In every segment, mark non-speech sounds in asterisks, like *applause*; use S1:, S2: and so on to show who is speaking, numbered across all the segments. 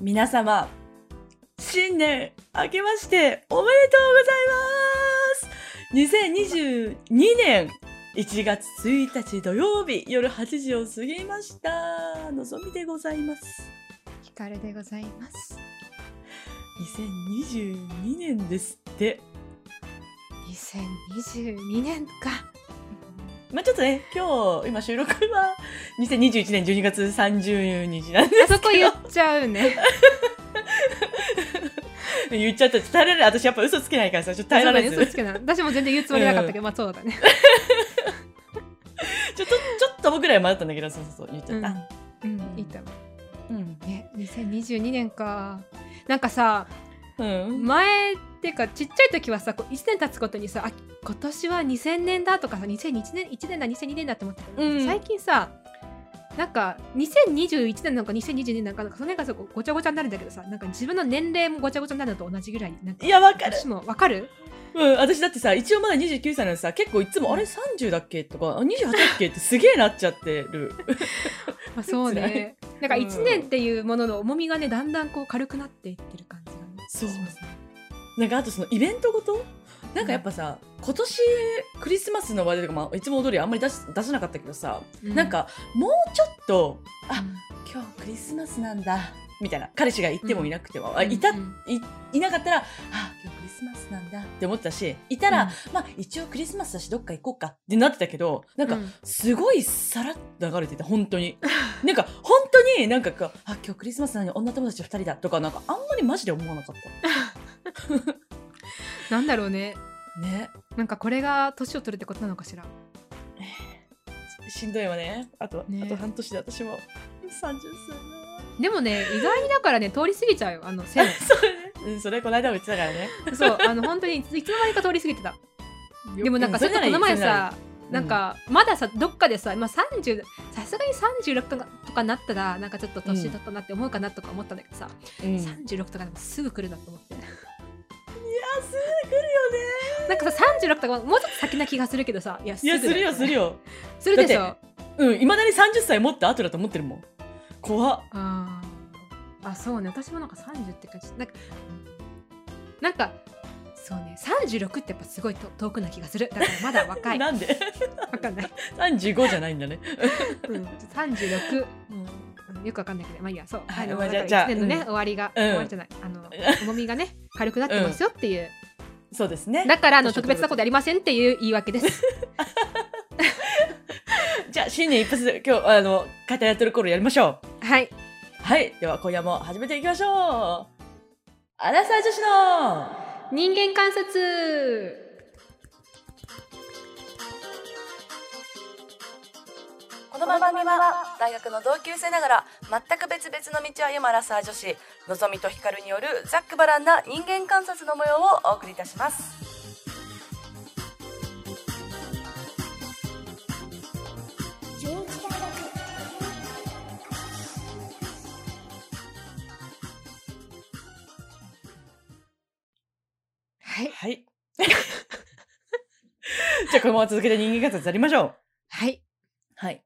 S1: 皆様新年明けましておめでとうございます2022年1月1日土曜日夜8時を過ぎましたのぞみでございます
S2: ヒカルでございます。
S1: 2022年ですって
S2: 2022年か。
S1: まあちょっとね今日今収録は2021年12月30日 *laughs* なんで
S2: *laughs* あそこ言っちゃうね。 *laughs*
S1: 言っちゃった耐えられない私やっぱ嘘つけないからさちょっと耐えられ
S2: そうだね
S1: ず
S2: 嘘つけない私も全然言うつもりなかったけど、まあそうだね。
S1: ちょっとちょっと僕らは迷ったんだけどそうそうそう言っちゃった、
S2: うん、うん、いいと思
S1: うん
S2: う。ね、2022年か。なんかさ、
S1: うん
S2: 前っていうかちっちゃい時はさ、こう1年経つことにさ、あ今年は2000年だとかさ、2001年1年だ、2002年だって思ってたけど、
S1: うん
S2: 最近さ、なんか2021年なんか2022年なんかなんかその辺がさこうごちゃごちゃになるんだけどさなんか自分の年齢もごちゃごちゃになるのと同じぐらいになんか
S1: いやわかる
S2: 私もわかる
S1: うん、私だってさ、一応まだ29歳なのにさ、結構いつも、あれ30だっけとか、あ28だっけってすげえなっちゃってる。 *laughs*
S2: まあ、そうね。なんか
S1: うん
S2: 1年っていうものの重みがね、だんだんこう軽くなっていってる感じがね。
S1: そう
S2: しますね。
S1: なんかあとそのイベントごとなんかやっぱさ、今年クリスマスの話題とか、まあ、いつも通りあんまり出し出さなかったけどさ、
S2: う
S1: なん、かもうちょっと、
S2: うん
S1: あ、今日クリスマスなんだ、みたいな。彼氏がいてもいなくても、あ
S2: うん
S1: いた、
S2: う
S1: い
S2: ん
S1: いなかったら、あ、今日クリスマスなんだって思ってたし、いたら、まあ一応クリスマスだしどっか行こうかってなってたけど、なんか、
S2: うん
S1: すごいさらっと流れてて本当
S2: *laughs*
S1: になんか本当になんかかあ今日クリスマスなのに女友達2人だとかなんかあんまりマジで思わなかっ
S2: なんだろうね。
S1: たね
S2: なんかこれが年を取るってことなのかしら。
S1: しんどいわねあと
S2: ね
S1: あと半年で私も30歳
S2: でもね、意外にだからね、通り過ぎちゃうよ。あ
S1: *laughs*
S2: の、線
S1: だそれねうんそれこの間も言ってたからね
S2: そう、あの、本当にいついつの間にか通り過ぎてた。でもなんか、
S1: う
S2: それとこの前
S1: それならいい
S2: さ、なんか、まださ、どっかでさ、まあ30、さすがに36とかとかなったら、なんかちょっと年だったなって思うかなとか思ったんだけどさ、
S1: それならいいうん安
S2: 36とかでもすぐ来るなと思っ
S1: い
S2: て。
S1: 来るよね
S2: なんかさ36とかもうちょっと先な気がするけどさいや
S1: いやするよする
S2: よ
S1: よ
S2: するでしょ
S1: だ
S2: あ
S1: うんいまだに30歳持った後だと思ってるもん怖っ
S2: あーあそうね私もなんか30って感じなんかうんなんかそうね36ってやっぱすごいと遠くな気がするだからまだ若
S1: *laughs*
S2: い
S1: なんで
S2: わかんない、
S1: 35じゃないんだね
S2: うん、36、うん、よくわかんないけどまあいいやそう
S1: はい
S2: の
S1: まあじゃあ
S2: だ
S1: じゃあ
S2: から一年のね、
S1: うん
S2: 終わりが、
S1: うん
S2: 終わりじゃない
S1: *laughs*
S2: あの重みがね軽くなってますよっていう、
S1: そうですね
S2: だからあの
S1: 年を取る
S2: 特別なことやりませんっていう言い訳です
S1: じゃあ新年一発で今日あの肩やってる頃やりましょう *laughs*
S2: はい
S1: はい。では今夜も始めていきましょう。アラサー女子の
S2: 人間観察
S1: この番組は大学の同級生ながら全く別々の道を歩むアラサー女子のぞみとひかるによるざっくばらんな人間観察の模様をお送りいたします。
S2: はい
S1: はい。 *laughs* じゃあこのまま続けて人間観察やりましょう。
S2: はい
S1: はい。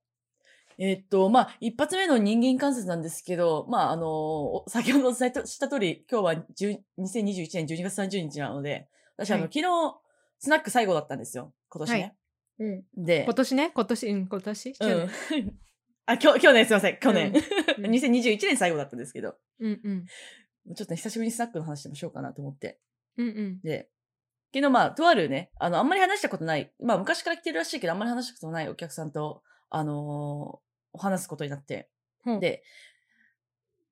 S1: えーっと、まあ、一発目の人間観察なんですけど、まあ、あのお *laughs* 先ほどお伝えとした通り、今日は10 2021年12月30日なので、私、あの、
S2: はい
S1: 昨日、スナック最後だったんですよ、今年ね。
S2: うん
S1: で
S2: 今、年ね今年うん今年去
S1: う
S2: 年
S1: ん。 *laughs* あ、今日、去年すいません、去年。 *laughs*
S2: うん
S1: 2021年最後だったんですけど、
S2: うんうん
S1: ちょっとね、久しぶりにスナックの話でもしようかなと思って。
S2: うんうん
S1: で、昨日まあ、とあるね、あの、あんまり話したことない、まあ、昔から来てるらしいけど、あんまり話したことないお客さんと、あのー話すことになって、
S2: ほう
S1: で、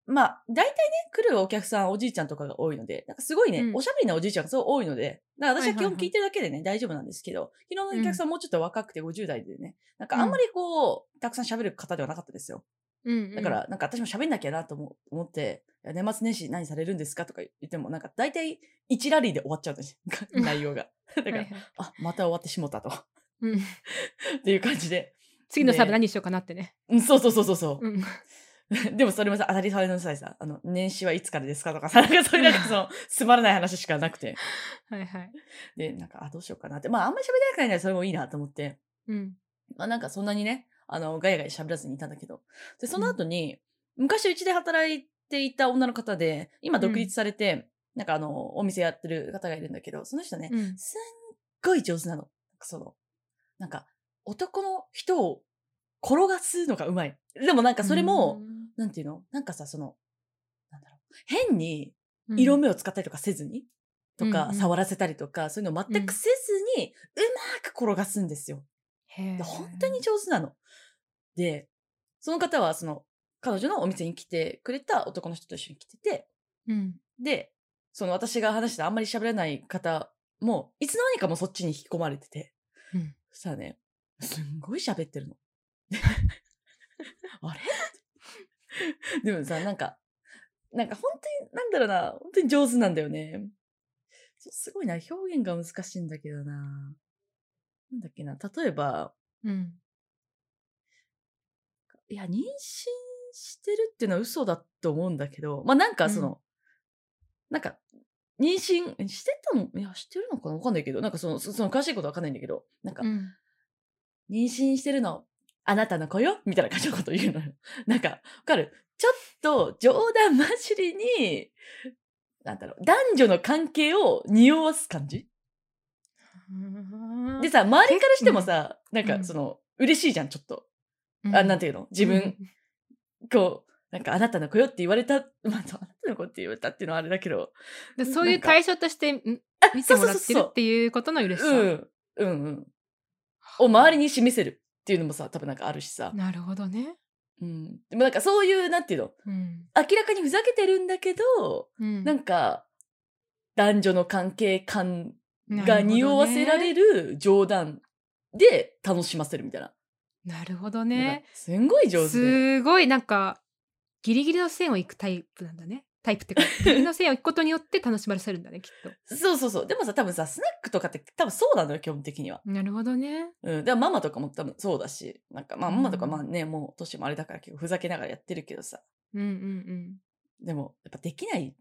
S1: まあ、大体ね、来るお客さん、おじいちゃんとかが多いので、なんかすごいね、
S2: うん
S1: おしゃべりなおじいちゃんがすごい多いので、なんか私は基
S2: はいはい
S1: 本
S2: はい
S1: 聞いてるだけでね、大丈夫なんですけど、昨日のお客さんもうちょっと若くて50代でね、なんかあんまりこう、たくさん喋る方ではなかったですよ。
S2: うんうん
S1: だから、なんか私も喋んなきゃなと思思って、いや年末年始何されるんですかとか言っても、なんか大体1ラリーで終わっちゃうんですよ、
S2: うん *laughs*
S1: 内容が。だか
S2: はい
S1: ら、
S2: はい
S1: あ、また終わってしもたと。 *laughs* っ
S2: うん
S1: ていう感じで。
S2: 次のサーブ
S1: ね
S2: 何しようかなってね
S1: うん、そうそうそうそうそうう。
S2: ん *laughs*
S1: *laughs* でもそれもさ、当たり前の際さ、あの、年始はいつからですかとかさ、なんかそういうなんかその、つまらない話しかなくて。
S2: はいはい
S1: で、なんか、あ、どうしようかなって。まあ、あんまり喋りたくないならそれもいいなと思って。
S2: うん
S1: まあなんかそんなにね、あの、ガヤガヤ喋らずにいたんだけど。で、その後に、昔うちで働いっていた女の方で、今独立されて、なんかあの、お店やってる方がいるんだけど、その人ね、
S2: うん
S1: すんごい上手なの。その、なんか、男の人を転がすのがうまい。でもなんかそれも、なんていうのなんかさ、その、なんだろう。変に
S2: うん
S1: 色目を使ったりとかせずに、と
S2: うん
S1: か、
S2: うん
S1: 触らせたりとか、そういうのを全くせずに、うまく転がすんですよ。
S2: へ
S1: で
S2: ー
S1: 本当に上手なの。で、その方は、その、彼女のお店に来てくれた男の人と一緒に来てて、
S2: うん
S1: で、その私が話してあんまり喋れない方も、いつの間にかもうそっちに引き込まれてて、
S2: うん
S1: そしたらね、すんごい喋ってるの。あれ *laughs* でもさ、なんか、なんか本当に、なんだろうな、本当に上手なんだよね。そうすごいな、表現が難しいんだけどな。なんだっけな、例えば、
S2: うん
S1: いや、妊娠してるっていうのは嘘だと思うんだけど、まあなんかその、なんか、妊娠してたのいや、してるのかなわかんないけど、なんかその、そその詳しいことはわかんないんだけど、なんか、
S2: うん
S1: 妊娠してるの、あなたの子よみたいな感じのこと言うのよ。 *laughs* なんか、わかるちょっと冗談交じりに、なんだろう、男女の関係を匂わす感じでさ、周りからしてもさ、なん
S2: う
S1: か
S2: ん
S1: その、嬉しいじゃん、ちょっと。
S2: うん
S1: あ、なんていうの自分
S2: うん
S1: こう、なんかあなたの子よって言われた、まあ、あなたの子って言われたっていうのはあれだけど、
S2: でそうい
S1: な
S2: うん
S1: か
S2: 対象としてん
S1: あ
S2: 見てもらって
S1: そうそうそ
S2: る
S1: う
S2: っていうことの嬉し
S1: そ
S2: さ、
S1: ううん、うんうん。を周りに示せるっていうのもさ、多分なんかあるしさ。
S2: なるほどね、
S1: うん。でもなんかそういう、なんていうの
S2: うん
S1: 明らかにふざけてるんだけど、
S2: うん
S1: なんか、男女の関係感
S2: な
S1: が
S2: るほどね
S1: 匂わせられる冗談で楽しませるみたいな。
S2: なるほど
S1: なん
S2: ね
S1: かすんごい上手で。
S2: すごいなんかギリギリの線を行くタイプなんだねタイプっ
S1: *laughs*
S2: てかギリギリの線を行くことによって楽しませるんだねきっ
S1: そうそうそう。でもさ、多分さ、スナックとかって多分そうなのよ、基本的には。
S2: となるほどね
S1: うん、だからママとかも多分そうだし、なんかまあ
S2: うん
S1: ママとかまあね、もう年もあれだから結構ふざけながらやってるけどさ、
S2: うんうん
S1: でもやっぱできない、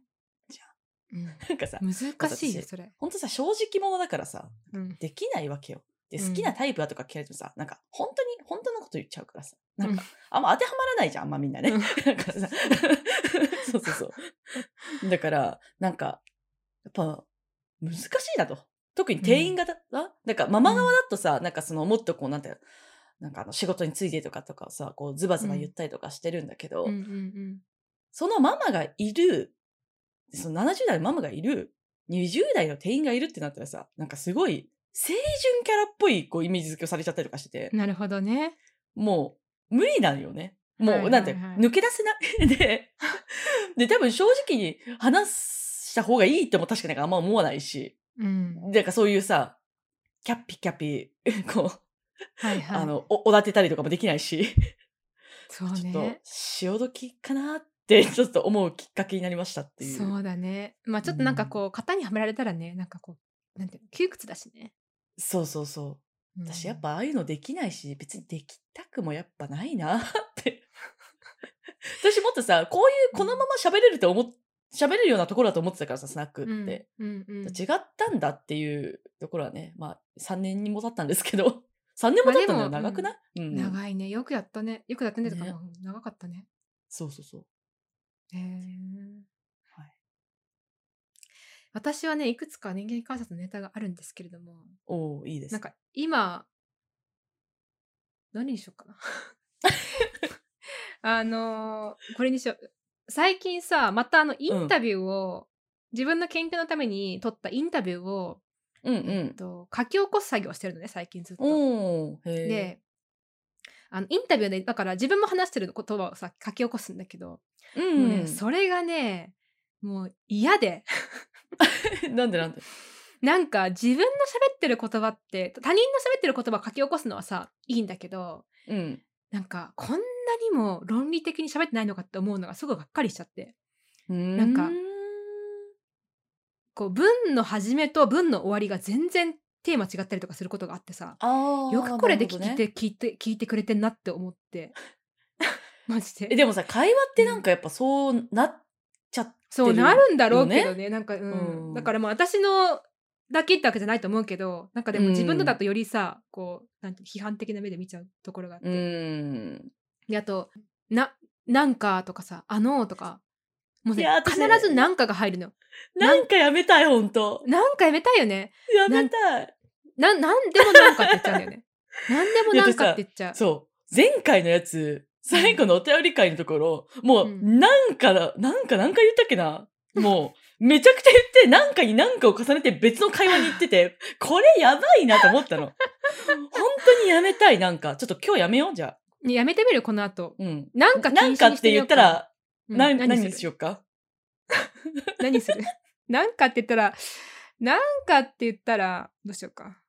S2: うん、
S1: なんかさ、
S2: うん、難しい
S1: 私
S2: よそれ、
S1: ほんとさ、正直者だからさ、
S2: うん、
S1: できないわけよ。で、
S2: うん
S1: 好きなタイプだとか聞かれてもさ、なんか本当に、本当のこと言っちゃうからさ、なんか
S2: うん
S1: あんま当てはまらないじゃん、あんまみんなね。
S2: うん
S1: だから
S2: *laughs*
S1: さ、そうそうそう。だから、なんか、やっぱ難しいなと。特に店員型、あなんかママ側だとさ、なんかそのもっとこうなんていうのなんかあの仕事についてとかとかさこうズバズバ言ったりとかしてるんだけど、
S2: うんうん
S1: そのママがいるその70代のママがいる20代の店員がいるってなったらさなんかすごい清純キャラっぽいこうイメージ付けをされちゃったりとかしてて
S2: うん、なるほどね
S1: もう無理なのよね。もう、
S2: はいはいは
S1: な
S2: い
S1: んて抜け出せない。 *laughs* で、で、多分正直に話した方がいいっても確かになんかあんま思わないし、
S2: うん
S1: なんかそういうさ、キャッピキャピ、 *laughs* こう、
S2: はいはい
S1: あの、お、おだてたりとかもできないし、
S2: そう
S1: ちょっと
S2: ね、
S1: 潮時かなって、ちょっと思うきっかけになりましたっていう。
S2: そうだねまあちょっとなんかこう、型にはめられたらねなんかこうなんていうの窮屈だしね、
S1: そうそうそう。
S2: うん
S1: 私やっぱああいうのできないし別にできたくもやっぱないなって *laughs* 私もっとさこういうこのまま喋れるって思っ喋れるようなところだと思ってたからさスナック
S2: うん
S1: って、
S2: うんうん
S1: 違ったんだっていうところはねまあ3年にも経ったんですけど3年も
S2: まあ
S1: 経った
S2: でも
S1: のは長くない、うん
S2: 長いねよくやったねよくやったねとか、
S1: ね
S2: もう長かったね
S1: そうそうそう
S2: へえ
S1: はい
S2: 私はねいくつか人間観察のネタがあるんですけれども
S1: おおいいです
S2: なんか今何にしようかな *laughs* あのーこれにしよう最近さまたあのインタビューを、自分の研究のために撮ったインタビューを、
S1: うんう
S2: えっ
S1: ん
S2: と、書き起こす作業をしてるのね最近ずっと。
S1: おおへえ
S2: であのインタビューでだから自分も話してる言葉をさ書き起こすんだけど、
S1: う
S2: もうね
S1: ん、
S2: それがねもう嫌で
S1: *laughs* なんでなんで
S2: なんか自分の喋ってる言葉って他人の喋ってる言葉を書き起こすのはさいいんだけど
S1: うん
S2: なんかこんなにも論理的に喋ってないのかって思うのがすごいがっかりしちゃって
S1: なん
S2: かこう文の始めと文の終わりが全然テーマ違ったりとかすることがあってさ
S1: あー
S2: よくこれで聞い
S1: なるほどね
S2: て、聞いて聞いてくれてんなって思って
S1: *laughs*
S2: マジで
S1: えでもさ会話ってなんかやっぱそうなっちゃっ
S2: そう
S1: ってる
S2: なるんだろうけどねなんか、うん
S1: うん
S2: だからまあ私のだけってわけじゃないと思うけどなんかでも自分のだとよりさ、こうなんて批判的な目で見ちゃうところがあって、
S1: うーん
S2: であと「ななんか」とかさ「あの」とかもうね
S1: いや私
S2: 必
S1: ね
S2: ず何かが入るのよ
S1: なんかやめたい、ほんと。
S2: なんかやめたいよね
S1: やめたい。
S2: ななんでもなんかって言っちゃうんだ
S1: *laughs*
S2: よねなんでもなんかって言っちゃう
S1: そう。前回のやつ、最後のお便り会のところ、もう、
S2: うん
S1: なんかだ、なんか、なんか言ったっけな。もう、めちゃくちゃ言って、なんかになんかを重ねて別の会話に行ってて、 *laughs* これやばいなと思ったの。本当にやめたい、なんか。ちょっと今日やめよう、じゃあ。
S2: ねやめてみるこの後
S1: うん。
S2: なんか
S1: なんかって言ったら、な
S2: 何
S1: 何にし
S2: よ
S1: ようか。
S2: う何する *laughs* なんかって言ったらなんかって言ったらどうしようか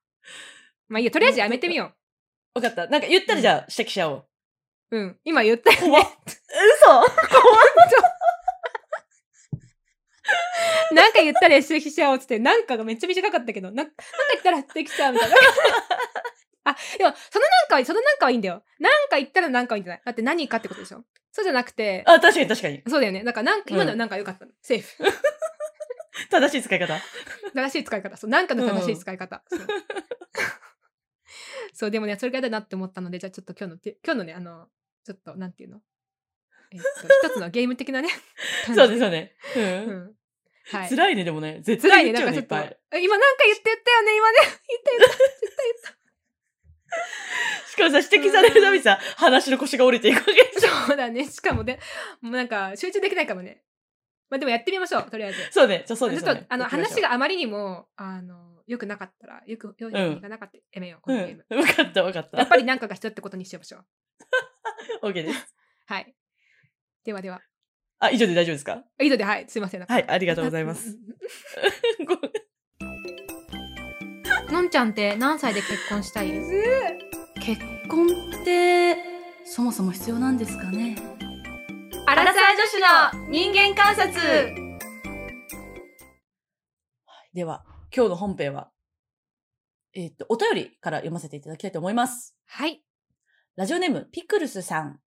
S2: まあいいやとりあえずやめてみよ
S1: 分かった。なんか言ったらじゃあ指摘しちゃおう。
S2: ううん今言ったよ
S1: 怖っ。 *laughs* 嘘
S2: なんか言ったら指摘しちゃおうっつって、なんかがめっちゃ短かったけど、なんなんか言ったら指摘しちゃうみた
S1: *laughs*
S2: いな。あ、でも、そのなんかは、そのなんかはいいんだよ。なんか言ったらなんかはいいんじゃないだって何かってことでしょそうじゃなくて、
S1: あ、確かに確かに。
S2: そうだよね。だから、なんか、今のはなんか良かったの。セーフ。
S1: 正しい使い方。
S2: 正しい使い方。そう、なんかの正しい使い方。そうそう、でもね、それぐらいだなって思ったので、じゃあちょっと今日のて、今日のね、あの、ちょっと、なんていうのえっと、一つのゲーム的なね。
S1: *laughs* そうですよね。う
S2: す
S1: ん。
S2: ん。はい。
S1: 辛いね、でもね。絶
S2: 辛
S1: 対
S2: いね、
S1: 言っ
S2: な
S1: ち
S2: ん
S1: ゃう
S2: か
S1: ね、
S2: ち
S1: い
S2: ょ
S1: っ
S2: っと。
S1: ぱい。
S2: え今なんか言って言ったよね、今ね。言った言った。絶対
S1: しかもさ、指摘されるたびにさ、話の腰が折れていくわけでしょ。
S2: 言った。 *laughs* そうだね。しかもね、もうなんか集中できないかもね。まあでもやってみましょう、とりあえず。
S1: そうね、じゃあそうです
S2: ち
S1: そ
S2: ょ
S1: う
S2: っ
S1: ね
S2: と、あの、
S1: 行きましょう
S2: 話があまりにも、あの、良くなかったら、よく、良い
S1: うん
S2: がなかったらやめよう、このゲーム。
S1: うん。分かった、分かっ。
S2: やったぱりなんかが人ってことにしましょう。
S1: OK です。
S2: はい。ではでは。
S1: あ、以上で大丈夫ですか
S2: 以上で、はい。すいません。なんか
S1: はい、ありがとうござい
S2: *laughs*
S1: ます。。ごめん
S2: のんちゃんって何歳で結婚したい
S3: 結婚ってそもそも必要なんですかね
S2: アラサー女子の人間観察
S1: では、今日の本編は、えっと、お便りから読ませていただきたいと思います。
S2: はい。
S1: ラジオネーム、ピクルスさん。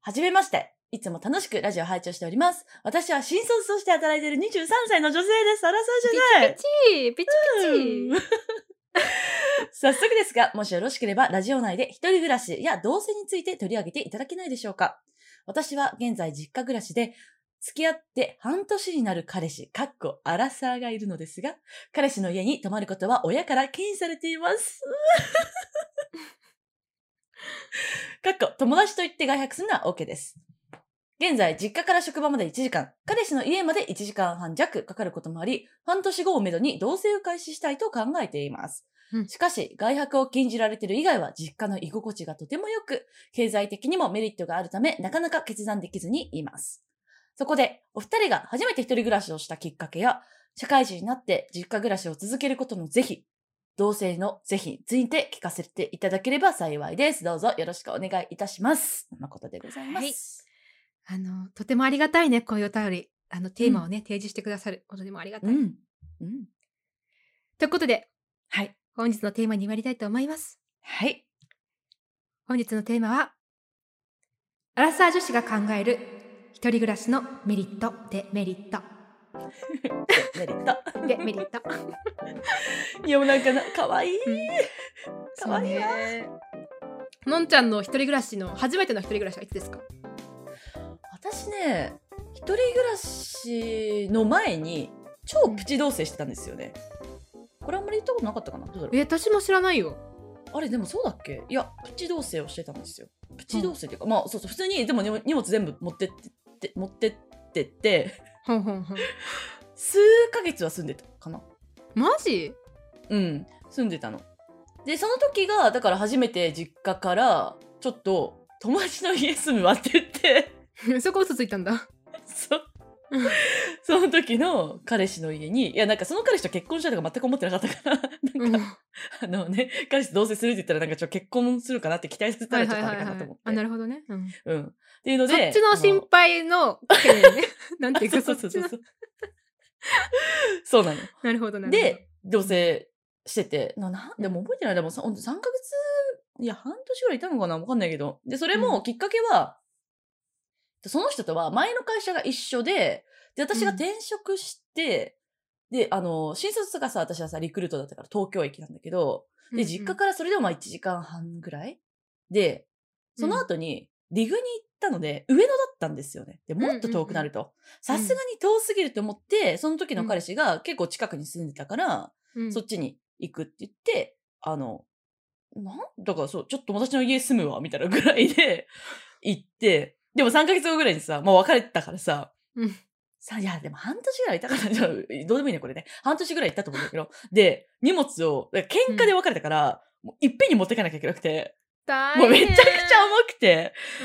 S1: はじめまして。いつも楽しくラジオ拝聴しております。私は新卒として働いている23歳の女性です。あらさ
S2: ピチピチピチピ
S1: じ *laughs*
S2: チ
S1: ゃない。早速ですが、もしよろしければ、ラジオ内で一人暮らしや同棲について取り上げていただけないでしょうか。私は現在実家暮らしで、付き合って半年になる彼氏、かっこアラサーがいるのですが、彼氏の家に泊まることは親から禁止されています。かっこ友達と言って外泊するのは OK です。現在、実家から職場まで1時間、彼氏の家まで1時間半弱かかることもあり、半年後をめどに同棲を開始したいと考えています。
S2: うん
S1: しかし、外泊を禁じられている以外は実家の居心地がとても良く、経済的にもメリットがあるため、なかなか決断できずにいます。そこで、お二人が初めて一人暮らしをしたきっかけや、社会人になって実家暮らしを続けることの是非、同性の是非について聞かせていただければ幸いです。どうぞよろしくお願いいたします。とのことでございます。
S2: あの、とてもありがたいね、こういうお便り。あの、テーマをね、提示してくださることでもありがたい。
S1: うん。うん。
S2: ということで、
S1: はい。
S2: 本日のテーマに参りたいと思います。
S1: はい。
S2: 本日のテーマは、アラサー女子が考える一人暮らしのメリット、デメリット、
S1: メリット。
S2: デメリッ *laughs* ト。
S1: *laughs* いや、もうなんかな、かわいい。かわいいわ
S2: ね。のんちゃんの一人暮らしの、初めての一人暮らしはいつですか
S1: 私ね、一人暮らしの前に、超プチ同棲してたんですよね。これあんまり言ったことなかったかなどうだろう
S2: え、私も知らないよ。
S1: あれでもそうだっけいやプチ同棲をしてたんですよプチ同棲っていうか、まあそうそう普通にでも荷物荷物全部持ってってって持ってってって *laughs*
S2: ほんほんほん。
S1: 数ヶ月は住んでたかな
S2: マジ *laughs*
S1: うん住んでたのでその時がだから初めて実家からちょっと友達の家住むわって言って *laughs*
S2: そこ嘘ついたん *laughs* だ。
S1: そう
S2: うん
S1: その時の彼氏の家にいやなんかその彼氏と結婚したいとか全く思ってなかったから *laughs* なんか、あのね彼氏と同棲するって言ったらなんかちょっと結婚するかなって期待させたらちょっとあれかなと思って、
S2: あ、なるほどね。うん
S1: うんっていうの
S2: そ
S1: で
S2: っちの心配の懸念ね。 *laughs* なんていう
S1: そう
S2: か、
S1: そ
S2: そうっ
S1: そうそ
S2: ち
S1: う。。
S2: の
S1: *laughs* そうなの。
S2: なるほど、なるほど。
S1: で、同棲してて、ななんでも覚えてないでもさ、ほんと3ヶ月、いや、半年ぐらいいたのかなわかんないけど。で、それもきっかけは、その人とは前の会社が一緒で、で、私が
S2: うん
S1: 転職して、で、あの、新卒がさ、私はさ、リクルートだったから東京駅なんだけど、
S2: うん
S1: で、
S2: うん
S1: 実家からそれでもまあ1時間半ぐらいで、その後に、ディグに行っったので、上野だったんですよね。で、もっと遠くなると。さすがに遠すぎると思って、その時の彼氏が結構近くに住んでたから、
S2: うん
S1: そっちに行くって言って、あの、なんだからそう、ちょっと私の家住むわ、みたいなぐらい
S2: *laughs*
S1: で行って、でも3ヶ月後ぐらいにさ、もう別れてたからさ、
S2: うん
S1: さ、いや、でも半年ぐらいいたから、じゃ *laughs* あどうでもいいね、これね。半年ぐらい行ったと思うんだけど、で、荷物を、だから喧嘩で別れたから、もういっぺんに持ってかなきゃいけなくて、
S2: 大変
S1: もうめちゃくちゃ重くて、
S2: う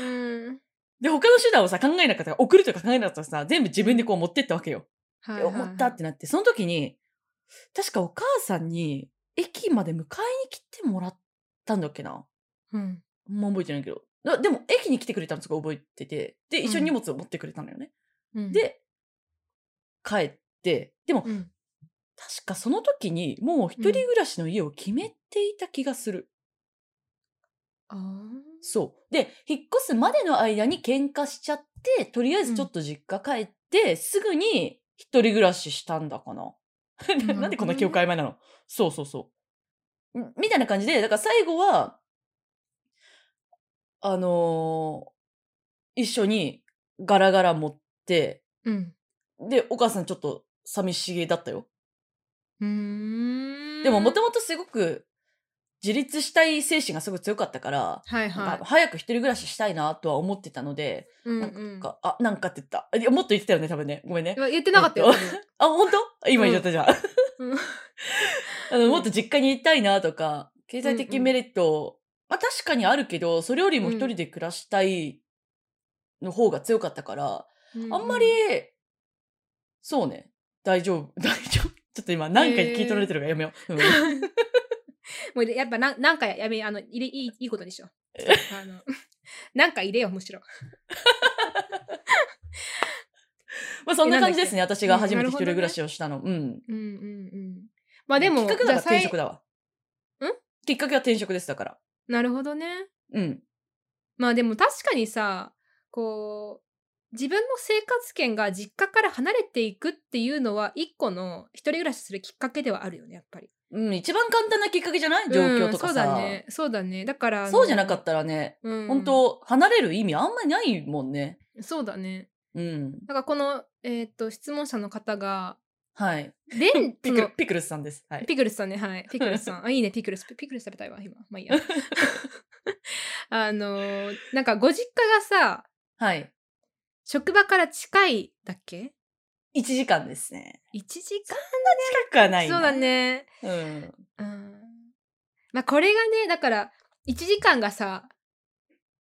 S2: ん
S1: で、他の手段をさ、考えなかったから、送るとか考えなかったらさ、全部自分でこう持ってったわけよ。
S2: は
S1: っ
S2: い
S1: て
S2: はいはい
S1: 思ったってなって、その時に、確かお母さんに、駅まで迎えに来てもらったんだっけな。
S2: うん
S1: あんま覚えてないけど。だでも、駅に来てくれたのすごい覚えてて、で、一緒に荷物を持ってくれたのよね。
S2: うん
S1: で、帰って、でも、
S2: うん
S1: 確かその時に、もう一人暮らしの家を決めていた気がする。
S2: あー
S1: そう。で、引っ越すまでの間に喧嘩しちゃって、とりあえずちょっと実家帰って、すぐに一人暮らししたんだかな。 *laughs*
S2: ほどね
S1: なんでこんな記憶曖昧なのそうそうそう。んみたいな感じで、だから最後は、あのー一緒にガラガラ持って、
S2: うん
S1: で、お母さんちょっと寂しげだったよ。
S2: うーん
S1: でも、もともとすごく自立したい精神がすごい強かったから、
S2: はい
S1: なん
S2: は
S1: か早く一人暮らししたいなとは思ってたので、
S2: いうん
S1: なん
S2: うん
S1: か、あ、なんかって言った。いやもっと言ってたよね、多分ね。ごめんね
S2: い。や言ってなかったよ
S1: えっ *laughs* あ、本当今言っちゃったじゃん。
S2: 多分うん
S1: *laughs* あのもっと実家にいたいなとか、経済的メリット、まあ確かにあるけど、それよりも一人で暮らしたいの方が強かったから、あんまり、そうね、大丈夫、 *laughs* 大丈夫。ちょっと今何回聞い取られてるからやめよう。うん
S2: もうやっぱなんなんかやめあの入れいいいいことにしよう。あの *laughs* なんか入れようむしろ。
S1: まあそんな感じですね、
S2: えなんだっけ
S1: 私が初め
S2: うんな
S1: て一人
S2: るほどね
S1: 暮らしをしたの。うん。
S2: うんうんうん。まあでも
S1: きっかけ
S2: じゃ
S1: は
S2: あ
S1: 転
S2: 最
S1: 職だわ。
S2: ん
S1: きっかけは転職です、だから。
S2: なるほどね。
S1: うん。
S2: まあでも確かにさこう自分の生活圏が実家から離れていくっていうのは一個の一人暮らしするきっかけではあるよねやっぱり。
S1: うん、一番簡単なきっかけじゃない状況とかさ、
S2: うんそうだねそうだねだからあの
S1: そうじゃなかったらね、
S2: うん
S1: 本当離れる意味あんまりないもんね。
S2: そうだね。
S1: うん。
S2: だからこの、えーっと質問者の方
S1: *laughs*
S2: が
S1: はい。
S2: レン
S1: ピ
S2: そ
S1: ク
S2: の
S1: ルピクルスさんです。はい。
S2: ピクルスさんね、はい。ピクルス
S1: *laughs*
S2: さん。あ、いいね、ピクルス。ピピクルス食べたいわ、今。まあいいや。 *laughs* あのーなんかご実家がさ、
S1: はい。
S2: 職場から近いだっけ
S1: 1時間ですね。
S2: ?1 時間
S1: 近くはないな
S2: そうだ。ね。
S1: うん。
S2: うん。まあこれがね、だから、1時間がさ、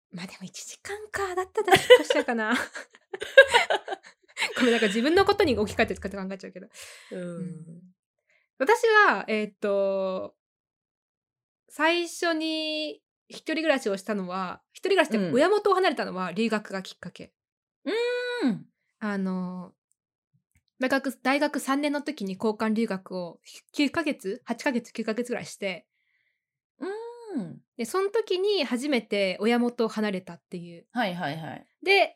S2: まあでも1時間か。だったら引っ越しちゃう
S1: *laughs*
S2: かな。これなんか自分のことに置き換えて使って考えちゃうけど。
S1: うん。
S2: 私はえーっと最初に一人暮らしをしたのは一人暮らしって
S1: うん
S2: 親元を離れたのは留学がきっかけ、
S1: うん。
S2: あの大学大学3年の時に交換留学を9ヶ月8ヶ月9ヶ月ぐらいして
S1: うん。
S2: でその時に初めて親元を離れたっていう
S1: はいはいはい。
S2: で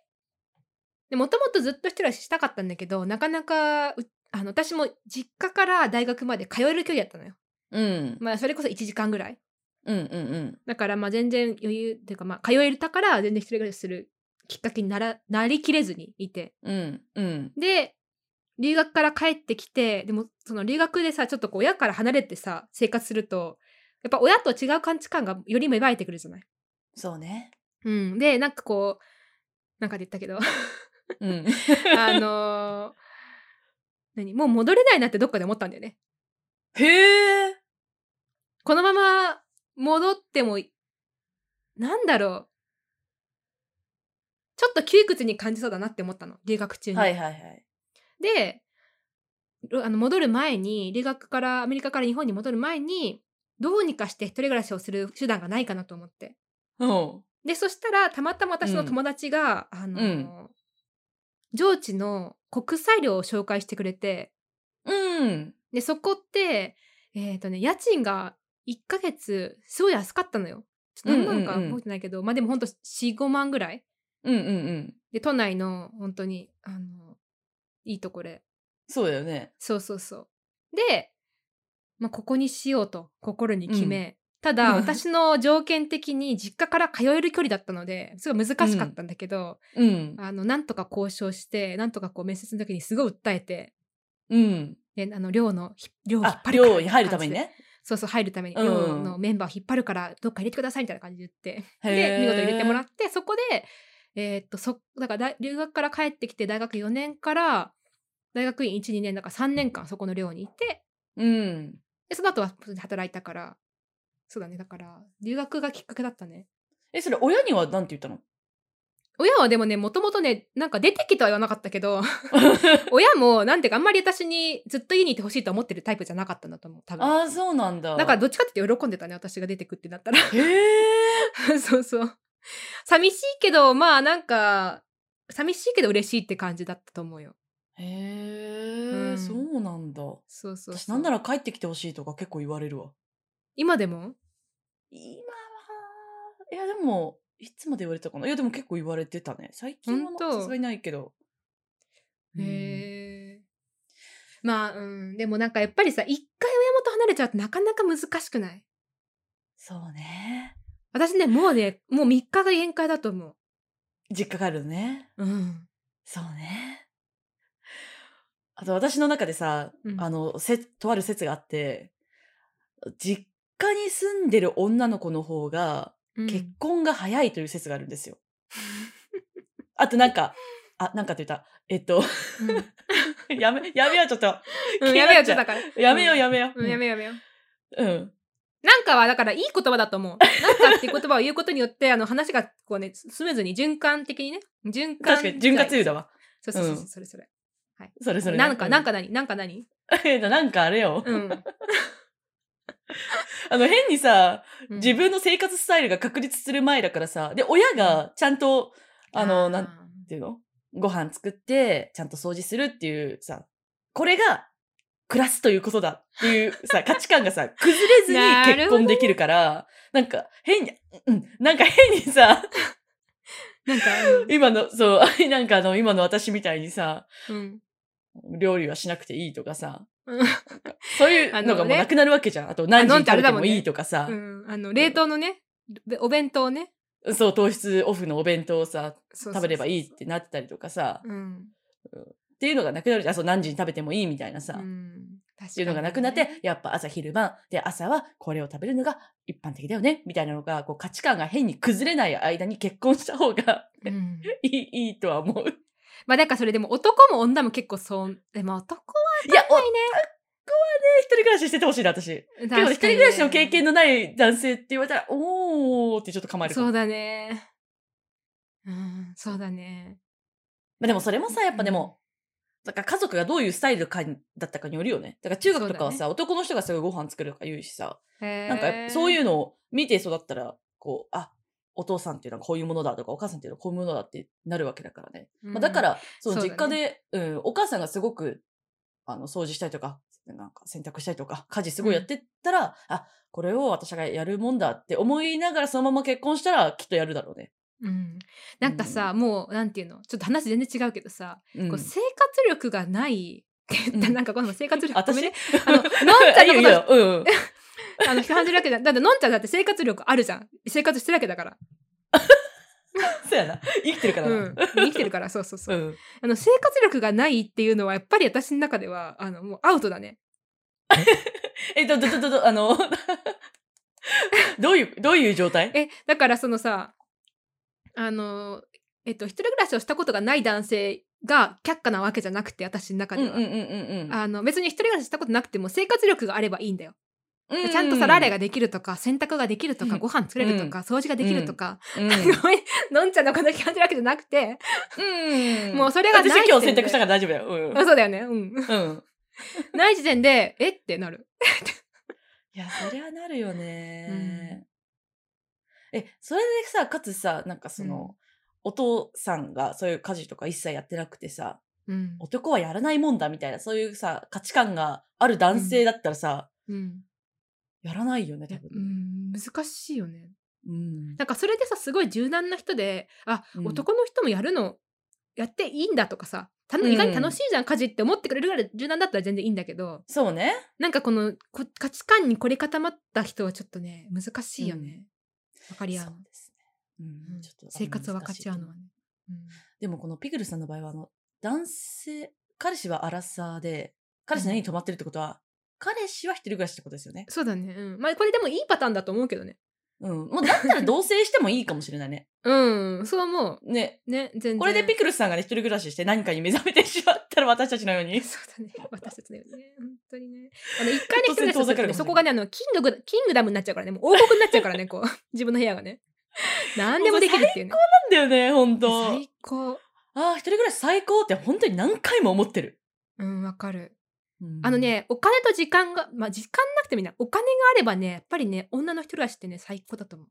S2: もともとずっと一人暮らししたかったんだけどなかなかうあの私も実家から大学まで通える距離だったのよ、
S1: うん。
S2: まあ、それこそ1時間ぐらい
S1: うんうん
S2: だからまあ全然余裕っていうかまあ通えたから全然一人暮らしするきっかけにならなりきれずにいて
S1: うん。うんうん。
S2: で留学から帰ってきてでもその留学でさちょっとこう親から離れてさ生活するとやっぱ親と違う価値観がより芽生えてくるじゃない。
S1: そうね。
S2: うん、でなんかこうなんかで言ったけど *laughs*
S1: うん。 *laughs*
S2: あのー何もう戻れないなってどっかで思ったんだよね。
S1: へえ。
S2: このまま戻ってもい、なんだろう。ちょっと窮屈に感じそうだなって思ったの、留学中に。
S1: はいはいはい。
S2: で、ろあの戻る前に、留学から、アメリカから日本に戻る前に、どうにかして一人暮らしをする手段がないかなと思って。
S1: うん。
S2: で、そしたら、たまたま私の友達が、あの、
S1: うん
S2: 上智の国際寮を紹介してくれて、
S1: うん。
S2: で、そこって、えっ、とね、家賃が1ヶ月、すごい安かったのよ。ちょっと何万か
S1: うんうんうん
S2: 覚えてないけど、まあでもほんと4、5万ぐらい。
S1: うんうんうん。
S2: で、都内の本当に、あの、いいとこで。
S1: そうだよね。
S2: そうそうそう。で、まあここにしようと心に決め、ただ、
S1: *laughs* うん
S2: 私の条件的に実家から通える距離だったのですごい難しかったんだけど、
S1: うん。
S2: あのなんとか交渉してなんとかこう面接の時にすごい訴えて
S1: うん。
S2: であの寮のひ寮を引っ
S1: あ
S2: 張、るから
S1: 寮に入るためにね。
S2: そうそう入るために、
S1: うん
S2: 寮のメンバーを引っ張るからどっか入れてくださいみたいな感じで言って
S1: へ
S2: で
S1: ー
S2: 見事入れてもらってそこでえーっとそだから大留学から帰ってきて大学4年から大学院12年だから3年間そこの寮にいて
S1: うん。
S2: でその後は普通に働いたからそうだねだから留学がきっかけだったね
S1: え、それ親にはなんて言ったの
S2: 親はでもねもともとねなんか出てきとは言わなかった
S1: *laughs*
S2: けど親もなんていうかあんまり私にずっと家にいてほしいと思ってるタイプじゃなかったんだと思う多分
S1: ああ、そうなんだ。
S2: だからどっちかっていうと喜んでたね私が出てくってなったら
S1: へえ。
S2: *laughs* そうそう。寂しいけど、まあなんか、寂しいけど嬉しいって感じだったと思うよ。
S1: へ
S2: う
S1: え、
S2: ん
S1: そうなんだ。
S2: そうそうそう
S1: 私なんなら帰ってきてほしいとか結構言われるわ。
S2: 今でも
S1: 今は、いやでも、いつまで言われてたかな。いやでも結構言われてたね。最近は
S2: ほん
S1: な
S2: と
S1: さすがにないけど。うん
S2: へえ。まあ、うん。でもなんかやっぱりさ、一回親元離れちゃうとなかなか難しくない
S1: そうね。
S2: 私ね、もうね、もう3日が限界だと思
S1: 実家帰るのね。
S2: う。うん。
S1: そうね。 *laughs* あと私の中でさ、
S2: うん
S1: あの、せ、とある説があって、実家に住んでる女の子の方が
S2: うん
S1: 結婚が早いという説があるんです
S2: *laughs*
S1: よ。あとなんか、あ、なんかって言った。えっと、 *laughs*
S2: うん
S1: やめ、やめよう、ちょっと。
S2: *laughs* う
S1: *laughs*
S2: ん、
S1: 気
S2: や
S1: に
S2: め
S1: な
S2: よ
S1: っ
S2: う、ち
S1: ち
S2: ょっ
S1: ゃう
S2: とだから。
S1: やめよう、やめよう。
S2: うん、やめよう、やめよう。
S1: うん。うん。
S2: なんかは、だから、いい言葉だと思う。なんかっていう言葉を言うことによって、あの、話が、こうね、スムーズに循環的にね。循環。
S1: 確かに、潤滑油だわ。
S2: そうそうそう
S1: う
S2: そうんそれそれ。
S1: それそれね、
S2: なんか、なん
S1: か、
S2: か何なんか何
S1: なん *laughs* かあれよ。
S2: うん。 *laughs*
S1: あの、変にさ、
S2: うん
S1: 自分の生活スタイルが確立する前だからさ、で、親がちゃんと、あの、なんっていうのご飯作って、ちゃんと掃除するっていうさ、これが暮らすということだっていうさ、
S2: *laughs*
S1: 価値観がさ、崩れずに
S2: なるほど
S1: 結婚できるから、なんか変に、うん、なんか変にさ、
S2: *laughs* なんか、
S1: 今の、そう、 *laughs* なんかあの、今の私みたいにさ、
S2: うん。
S1: 料理はしなくていいとかさ、 *laughs*
S2: うん
S1: そういう
S2: あの
S1: の
S2: ね
S1: がもうなくなるわけじゃん。あと何時
S2: あのん
S1: に
S2: てあ
S1: 食べ
S2: れだ
S1: て
S2: もん
S1: も
S2: ね
S1: いいとかさ、
S2: うん。あの、冷凍のね、べお弁当ね。
S1: そう、糖質オフのお弁当をさ、
S2: 食
S1: 食べればいいっ。てなってたりとかさ、
S2: うん。
S1: っていうのがなくなるじゃん。そう、何時に食べてもいいみたいなさ。
S2: うん。っ
S1: っていうのがなくなって、やっぱ朝昼晩、で、朝はこれを食べるのが一般的だよね、みたいなのが、こう価値観が変に崩れない間に結婚した方が *laughs*
S2: うん。
S1: いい、いいとは思う。
S2: まあ、なんかそれでも男も女も結構そう、でも男はい
S1: や、お、
S2: い
S1: 一人暮らししててほしいな、私。
S2: ね。
S1: でも一人暮らしの経験
S2: の。
S1: のない男性って言われたら、おーってちょっと構えるか
S2: そ
S1: も
S2: うだね。うん、そうだね。
S1: まあでもそれもさ、やっぱでも、だから家族がどういうスタイルかにだったかによるよね。だから中学とかは
S2: そう
S1: さ、男の人がすごいご飯作るとか言うしさ、
S2: な。
S1: なんかやっぱそういううのを見て育ったら、こう、あ、お父さんっていうのはこういうものだとか、お母さんっていうのはこういうものだってなるわけだからね。
S2: うん
S1: まあ、だか、ら、その
S2: そう
S1: 実
S2: だ
S1: 家で、うん、お母さんがすごく、あの、掃除したりとか、なんか洗濯したりとか、家事すごいやってったら、あ、これを私がやるもんだって思いながらそのまま結婚したらきっとやるだろうね。
S2: うん。なんかさ、もう、なんていうのちょっと話全然違うけどさ、
S1: うん
S2: こう生活力がないって言ったら
S1: うん
S2: *laughs* なんかこの生活力ごめ
S1: 私
S2: んねあ
S1: *laughs*
S2: ののんちゃんのこと
S1: いいよいいようん
S2: *laughs*
S1: うん。
S2: あの批判するわけじゃんだってのんちゃんだって生活力あるじゃん生活してるわけだから、
S1: そうやな。生きてるからな。
S2: うん、生きてるからそうそうそう、
S1: うん
S2: あの生活力がないっていうのはやっぱり私の中ではあのもうアウトだね
S1: えっと、ど、ど、ど、ど、あの、 *laughs* どういう、どういう状態
S2: えだからそのさあのえっと一人暮らしをしたことがない男性が却下なわけじゃなくて私の中
S1: うん
S2: で
S1: うん
S2: は、
S1: うんうん
S2: あの別に一人暮らししたことなくても生活力があればいいんだよ
S1: うん。
S2: ちゃんとさラーレができるとか洗濯ができるとかご飯作れるとか掃除ができるとか、
S1: うん。
S2: ごめんのんちゃんのこの批判するわけじゃなくて、
S1: うん。
S2: もうそれがない
S1: 私今日洗濯した
S2: か
S1: から大丈夫だよ。うん。
S2: そうだよねうん
S1: うん。
S2: ない時点でえってなる
S1: いや、そりゃなるよね、え、それでさ、かつさ、なんかその、お父さんがそういう家事とか一切やってなくてさ、
S2: うん、
S1: 男はやらないもんだみたいな、そういうさ、価値観がある男性だったらさ、
S2: うん、
S1: やらないよね、
S2: い
S1: 多
S2: やう
S1: 分。
S2: ん難しいよね
S1: うん。
S2: なんかそれでさすごい柔軟な人であ、
S1: うん
S2: 男の人もやるのやっていいんだとかさたの
S1: うん
S2: 意外に楽しいじゃん家事って思ってくれるぐらい柔軟だったら全然いいんだけど
S1: そうね。
S2: なんかこのこ価値観に凝り固まった人はちょっとね難しいよね。分かり合う
S1: そ
S2: の
S1: うですね。
S2: う
S1: うんん、ちょっとあの
S2: 生活を分かち合うのはね。
S1: でもこのピクルさんの場合は、あの、男性、彼氏はアラサーで、彼氏の家に泊まってるってことは、彼氏は一人暮らしってことです
S2: *laughs*
S1: よね。
S2: そうだね。うん。まあこれでもいいパターンだと思うけどね。
S1: うん。もうだったら同棲してもいいかもしれないね。
S2: うん。そう思
S1: ね。
S2: う。ね。全然。
S1: これでピクルスさんがね、一人暮らしして何かに目覚めてしまったら私たちのように。
S2: そうだね。 *laughs* 私たちだよね。本当にね。
S1: *laughs*
S2: あの、一回ね、一
S1: 突然
S2: 人暮らしすると
S1: 遠ざかるかもしれな
S2: ね、
S1: い
S2: そこがね、あの、キンググ、キングダムになっちゃうからね。もう王国になっちゃうからね、こう。 *laughs* 自分の部屋がね。何でもできるっていうね。
S1: なんだよね、本当
S2: 最高。
S1: ああ、一人暮らし最高って本当に何回も思ってる。
S2: うん、わかる。
S1: うん
S2: あの。ね、お金と時間が、まあ、時間なくてもいいな。お金があればね、やっぱりね、女の一人暮らしってね、最高だと思う。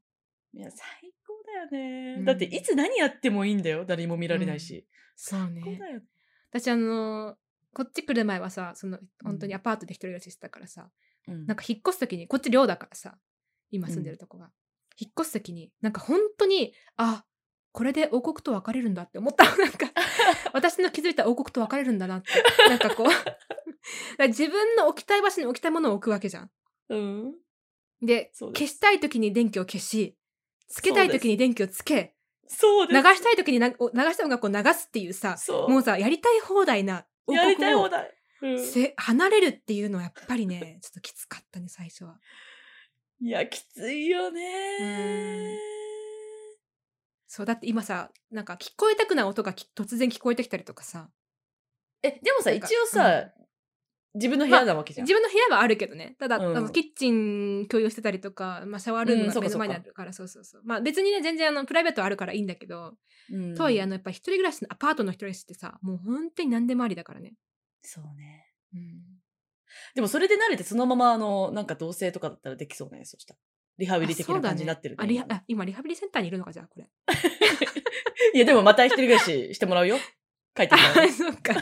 S1: いや、最高だよね、
S2: うん
S1: だっていつ何やってもいいんだよ。誰にも見られないし。
S2: そうね
S1: 最高だよね。
S2: 私、あのーこっち来る前はさ、その、本当にアパートで一人暮らししてたからさ、
S1: うん
S2: なんか引っ越す時にこっち寮だからさ今住んでるとこが、引っ越す時になんか本当にあこれで王国と別れるんだって思ったの *laughs* なんか私の気づいた王国と別れるんだなってなんかこう *laughs* だから自分の置きたい場所に置きたいものを置くわけじゃん。
S1: うん。
S2: で
S1: そうです
S2: 消したい時に電気を消しつけたい時に電気を
S1: *laughs*
S2: つけ
S1: そう
S2: 流
S1: です。
S2: したい時にな流した音楽を流すっていうさ
S1: そう。
S2: もうさやりたい放題な王
S1: やりたい
S2: 国
S1: 放
S2: を
S1: 題。うん
S2: せ離れるっていうのはやっぱりねちょっときつかったね最初は。
S1: いや、きついよね
S2: うんそうだって今さなんか聞こえたくない音がき突然聞こえてきたりとかさ
S1: え、でもさ、
S2: なんか
S1: 一応さ、自分の部屋なわけじゃん。
S2: 自分の部屋はあるけどねただ、
S1: うん
S2: あのキッチン共有してたりとか、まあ、シャワールーム
S1: うんそ
S2: が
S1: うか
S2: 目の前にあるからそうそうそうまあ別にね全然あのプライベートはあるからいいんだけど、
S1: うん
S2: とはいえあのやっぱ一人暮らしのアパートの一人暮らしってさもう本当に何でもありだからね、
S1: そうね。
S2: うん、
S1: でもそれで慣れてそのまま、あの、なんか同棲とかだったらできそうね、そしたら。リハビリ的な感じになってる
S2: あ
S1: ね、
S2: そうだねあリハ
S1: 今ね
S2: あ今リハビリセンターにいるのかじゃあこれ
S1: いや、でもまた一人暮らししても
S2: *laughs*
S1: らうよ。 *laughs* 書いてもらう
S2: あ
S1: よ。
S2: *laughs* そう
S1: *laughs*
S2: か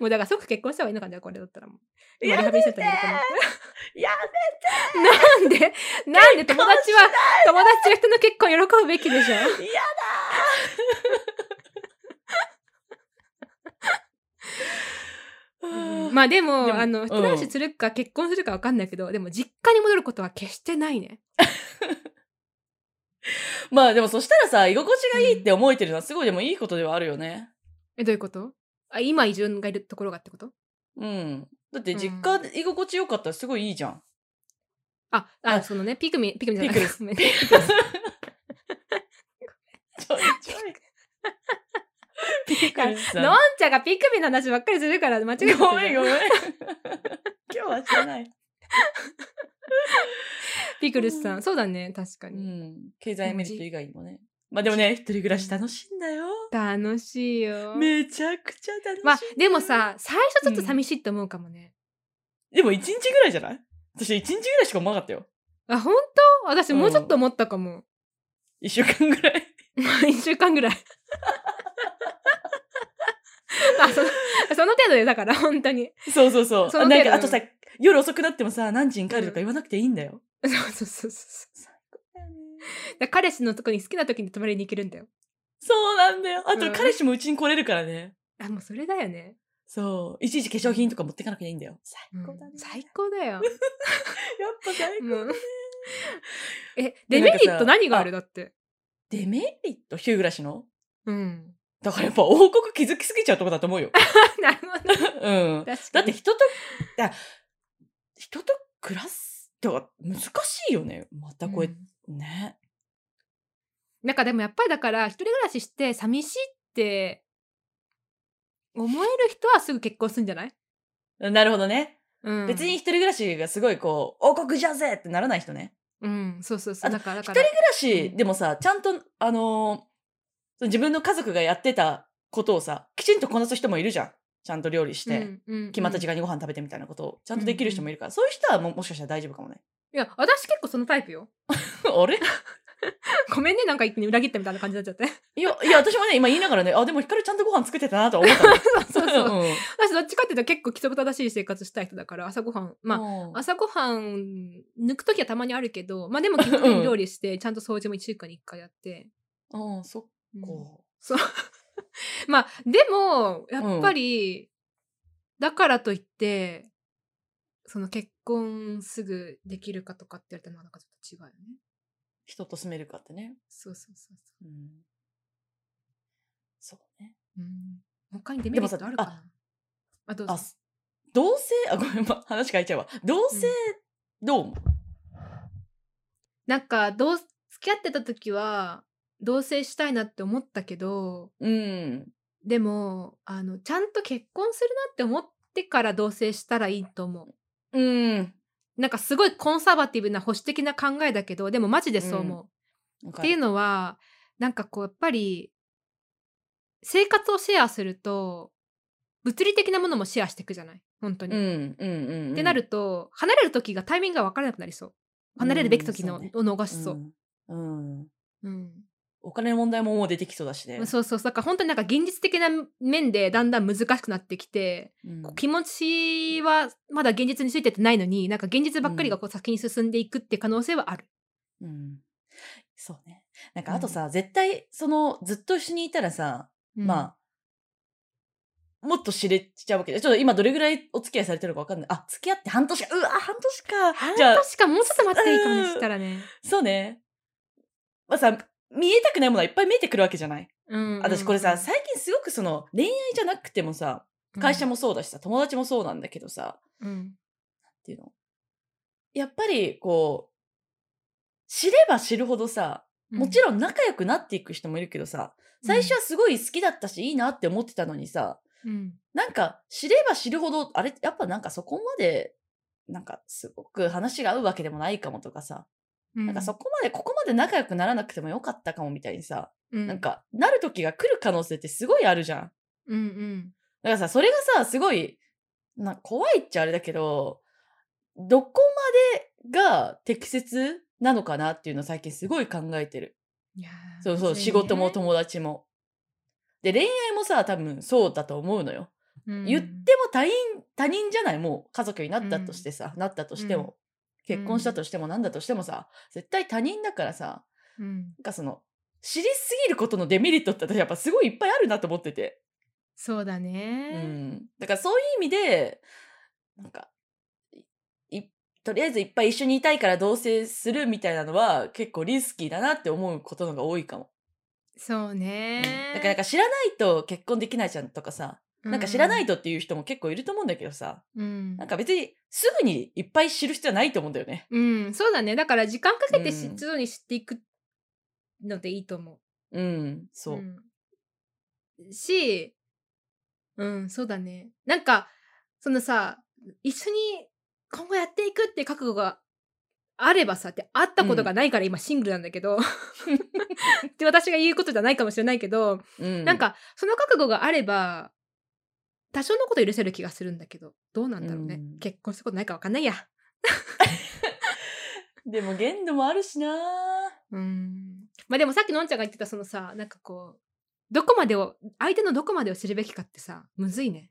S2: もうだから即結婚した方がいいのかじゃあこれだったらもう今
S1: や
S2: リ
S1: め
S2: ハビリセンターにいると思って
S1: や
S2: なんでなんで
S1: *laughs*
S2: 友達は、友達は人の結婚喜ぶべきでしょ嫌だまあでも、
S1: でも
S2: あの、
S1: うん
S2: 一人暮らしするか結婚するかわかんないけど、でも実家に戻ることは決してないね。
S1: まあでもそしたらさ、居心地がいいって思えてるのはすごいでもいいことではあるよね。
S2: え、どういうことあ今移住がいるところがってこと
S1: うん。だって実家で居心地よかったらすごいいいじゃん。
S2: あ、あ、
S1: あ
S2: そのね、ピクミン、ピクミンじゃない
S1: ピクルス
S2: ごめん
S1: ちょいちょい。ピクルスさん
S2: のんちゃんがピクミンの話ばっかりするから間違えてたじゃ
S1: ごめんごめん。今日はしてない。
S2: ピクルスさん。そうだね、確か
S1: う
S2: に。
S1: ん。経済メリット以外にもね。まあでもね、一人暮らし楽しいんだよ。
S2: 楽しいよ。
S1: めちゃくちゃ楽しい。
S2: まあ、でも、さ、最初ちょっと寂しいって思うかもね。
S1: でも一日ぐらいじゃない私一日ぐらいしか思わなかったよ。
S2: あ、本当私もうちょっと思ったかも。 *laughs*
S1: 一週間ぐら *laughs* い。
S2: 一週間
S1: *laughs*
S2: ぐらい。あそのその程度で、だから、本当に。
S1: そうそうそう。
S2: その程
S1: な
S2: 度
S1: んか、あとさ、夜遅くなってもさ、何時に帰るとか言わなくていいんだよ。
S2: *laughs* そうそうそうそう。だ彼氏のとこに好きな時に泊まりに行けるんだよ。
S1: そうなんだよ。あ
S2: う
S1: と
S2: ん
S1: 彼氏もうちに来れるからね。
S2: あ、もうそれだよね。
S1: そう。いちいち化粧品とか持ってかなくていいんだよ。最
S2: うん
S1: 高だね。
S2: 最高だ
S1: *laughs*
S2: よ。
S1: やっぱ最高。
S2: もう *laughs* え、
S1: で
S2: デ
S1: なん
S2: メ
S1: かさ
S2: リット何があるだって。
S1: デメリット、ヒュー暮らしの *laughs*
S2: うん。
S1: だからやっぱ王国気づきすぎちゃうとこだと *laughs* 思うよ。
S2: なるほど。
S1: うん。だ
S2: 確か
S1: って
S2: に。
S1: 人と、だ人と暮らすっては難しいよね。またこうやっ
S2: うん
S1: ね。
S2: なんかでもやっぱりだから、一人暮らしして寂しいって思える人はすぐ結婚するんじゃない、
S1: なるほどね。
S2: うん、
S1: 別に一人暮らしがすごいこう、王国じゃぜってならない人ね。
S2: うん、そうそうそ
S1: あ
S2: う。
S1: と
S2: だから、だ
S1: 一
S2: か
S1: 人
S2: ら
S1: 暮らし、でもさ、ちゃんと、あのー自分の家族がやってたことをさ、きちんとこなす人もいるじゃん。ちゃんと料理して、決まった時
S2: 間。
S1: 間にご飯食べてみたいなことを、ちゃんとできる人もいるから、そういう人はももしかしたら大丈夫かもね。
S2: いや、私結構そのタイプよ。
S1: *laughs*
S2: *laughs*
S1: あれ
S2: ごめんね、なんか一気に裏切ったみたいな感じになっちゃって。 *laughs*
S1: いや、いや、私もね、今言いながらね、あ、でもヒカルちゃんとご飯作ってたなとは思ったの。
S2: *laughs* そうそう
S1: うん。
S2: 私どっちかっていうと結構規則正しい生活したい人だから、朝ごはん、まあ、
S1: あ、
S2: 朝ごはん抜く時はたまにあるけど、まあでも基本的に料理して、ちゃんと掃除も1週間に1回やって。
S1: うん、そっ
S2: うん *laughs*
S1: か。
S2: そう。まあでもやっぱり、だからといってその結婚すぐできるかとかって言われたらなんかちょっと違うよね。
S1: 人と住めるかってね。
S2: そうそうそうそ
S1: うん。そうね。
S2: う。うん、他にデメリットあるかな
S1: でも
S2: あどうぞ
S1: あ、す同性、あ、ごめん、ま話変えちゃうわ。同性、どう思う
S2: なんかどう付き合ってた時は同棲したいなって思ったけど
S1: うん。
S2: でもあのちゃんと結婚するなって思ってから同棲したらいいと思
S1: うん。
S2: うなんかすごいコンサバティブな保守的な考えだけどでもマジでそう思う、っていう
S1: の
S2: のはなんかこうやっぱり生活をシェアすると物理的なものもシェアしていくじゃない本当に、
S1: う
S2: っ
S1: ん、うん、うん。
S2: てなると離れる時がタイミングが分からなくなりそう離れるべき時の、
S1: うん
S2: を逃しそ、
S1: そううね。うん。うん
S2: うん、
S1: お金の問題ももう出てきそうだしね。
S2: そうそうそうだから本当になんか現実的な面でだんだん難しくなってきて、
S1: うん
S2: こう気持ちはまだ現実についてってないのになんか現実ばっかりがこう先に進んでいくって可能性はある、
S1: うん。そうね。なんかあとさ、絶対、その、ずっと一緒にいたらさ、
S2: うん
S1: まあ、もっと知れちゃうわけで、ちょっと今どれぐらいお付き合いされてるかわかんない。あ、付き合って半年か。うわ、半年か。
S2: 半
S1: じゃあ、
S2: 年かもうちょっと待っていいかもねしたらね、
S1: そうね。まあさ、見えたくないものはいっぱい見えてくるわけじゃない。
S2: うん、
S1: 私これさ、最近すごくその、恋愛じゃなくてもさ、会社
S2: も、
S1: もそうだしさ、友達もそうなんだけどさ、
S2: うん
S1: っていうの。やっぱり、こう、知れば知るほどさ、もちろん仲良くなっていく人もいるけどさ、最初はすごい好きだったし、いいなって思ってたのにさ、
S2: うん、うん
S1: なんか知れば知るほど、あれ、やっぱなんかそこまで、なんかすごく話が合うわけでもないかもとかさ、
S2: な
S1: なんかそこまで、ここまで仲良くならなくてもよかったかもみたいにさ、
S2: な
S1: なん、かなる時が来る可能性ってすごいあるじゃん。だ
S2: うんうん
S1: からさ、それがさ、すごい、な怖いっちゃあれだけど、どこまでが適切なのかなっていうのを最近すごい考えてる。
S2: いやー
S1: そうそう、
S2: むずいね
S1: 仕事も友達も。で、恋愛もさ、多分そうだと思うのよ。
S2: うん
S1: 言っても他人、他人じゃない、もう家族になったとしてさ、なったとしても、結婚したとしても、なんだとしてもさ、絶対他人だからさ、
S2: うん
S1: なんかその、知りすぎることのデメリットって私やっぱすごいいっぱいあるなと思ってて。
S2: そうだ
S1: う
S2: ね、
S1: ん。だからそういう意味で、なんか、いいとりあえずいっぱい一緒にいたいから同棲するみたいなのは結構リスキーだなって思うことの方が多いかも。
S2: そうね
S1: うんだからなんか知らないと結婚できないじゃんとかさ、なんか知らないとっていう人も結構いると思うんだけどさ、
S2: うん
S1: なんか別にすぐにいっぱい知る必要はないと思うんだよね。
S2: うんそうだねだから時間かけてし
S1: うん
S2: 徐々に知っていくのでいいと思う
S1: うん、そう。
S2: うんしうんそうだねなんかそのさ一緒に今後やっていくって覚悟があればさって会ったことがないから今シングルなんだけど、 *laughs* って私が言うことじゃないかもしれないけど、
S1: うん、
S2: なん、かその覚悟があれば多少のこと許せる気がするんだけどどうなんだろうね、
S1: うん
S2: 結婚したことないかわかんないや
S1: でも限度もあるしな
S2: うんまあでもさっきのんちゃんが言ってたそのさなんかこうどこまでを相手のどこまでを知るべきかってさむずいね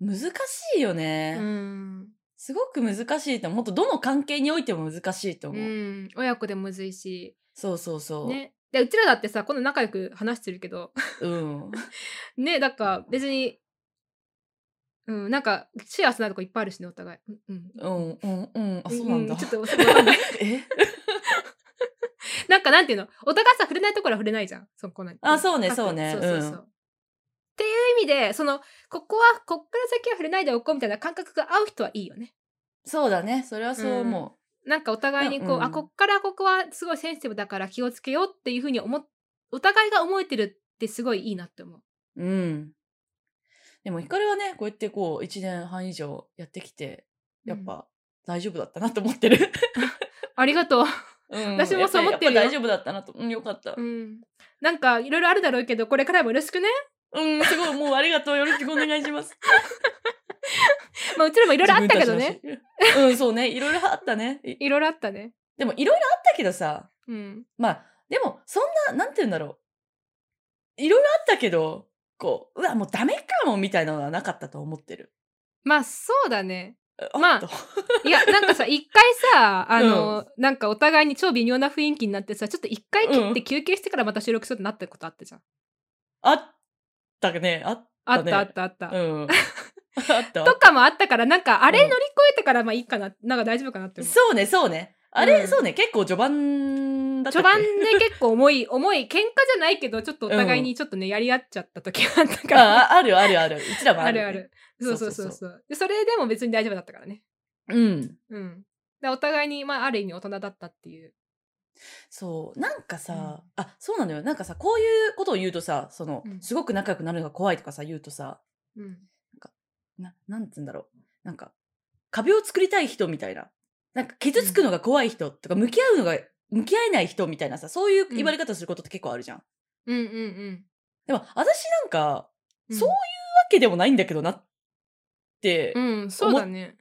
S1: 難しいよね、
S2: うん、
S1: すごく難しいと思う。ほんとどの関係においても難しいと
S2: う
S1: 思う。
S2: ん、親子でむずいし、
S1: そうそうそう。
S2: ね、でうちらだってさ今度仲良く話してるけど
S1: うん。
S2: ねだから別に、うん、なんかシェアしないとこいっぱいあるしねお互い、うん
S1: うん、うん、うん。あ、そうなんだ。
S2: ちょっとそうわかんない
S1: *laughs* え
S2: なんかなんていうのお互いさ触れないところは触れないじゃんそこなん
S1: あそうね
S2: 各々
S1: そうね
S2: そうそうそう
S1: うん
S2: っていう意味でそのここはこっから先は触れないでおこうみたいな感覚が合う人はいいよね
S1: そうだね。それはそう思
S2: なんかお互いにこう、
S1: うん
S2: あこっからここはすごいセンシティブだから気をつけようっていうふうに思っお互いが思えてるってすごいいいなって思う。
S1: う。うん。でも、ヒカルはね、こうやってこう、1年半以上やってきて、やっ
S2: うん
S1: ぱ大丈夫だったなと思ってる。 *laughs*
S2: ありがとう。
S1: うん
S2: 私もそう思ってるよ
S1: やぱりやっぱ大丈夫だったなと。うん、よかった
S2: う。ん、なんかいろいろあるだろうけどこれからもよろしくね。
S1: うん、すごい、もうありがとう。よろしくお願いし
S2: *laughs*
S1: ます。
S2: まあうちらもい
S1: い
S2: ろいろあったけどね。。
S1: うん、そうね。いろいろあったね。い
S2: いろいろあったね。
S1: でも、いろいろあったけどさ、
S2: うん。
S1: まあ、でも、そんな、なんて言うんだろう。いろいろあったけど、こう、うわ、もうダメかも、みたいなのはなかったと思ってる。
S2: まあそうだね。
S1: あ
S2: まあ
S1: と
S2: いやなんかさ一回さあの、なんかお互いに超微妙な雰囲気になってさちょっと一回切って休憩してからまた収録するってなったことあったじゃん。
S1: *laughs* あったね。あっ
S2: あ
S1: た
S2: っ
S1: ね。
S2: たあったあった。
S1: うん。あった。
S2: とかもあったから、なんか、あれ
S1: うん
S2: 乗り越えてから、まあいいかな、なんか大丈夫かなって思う。
S1: そうね、そうね。あれ、
S2: うん
S1: そうね、結構序盤だったっ
S2: 序
S1: け
S2: 盤で結構重い、重い、喧嘩じゃないけど、ちょっとお互いにちょっとね、やり合っちゃった時があったから、
S1: あああるあるある。うちらも
S2: あ
S1: ある、
S2: るある。。そ
S1: そううそ
S2: そ
S1: うう
S2: そ
S1: そうう
S2: そう。でそれでも別に大丈夫だったからね。
S1: うん。
S2: うん。でお互いに、まあ、ある意味大人だったっていう。
S1: そう。なんかさ、あ、そうなのよ。なんかさ、こういうことを言うとさ、その、
S2: うん
S1: すごく仲良くなるのが怖いとかさ、言うとさ、
S2: うん。
S1: な、なんつうんだろう。なんか、壁を作りたい人みたいな。なんか、傷つくのが怖い人とか、向き合うのが、向き合えない人みたいなさ、そういう言われ方することって結構あるじゃん。
S2: うんうんうん
S1: でも、私なんか、わ
S2: うん。
S1: そういうわけでもないんだけどなって、
S2: うん、そうだね。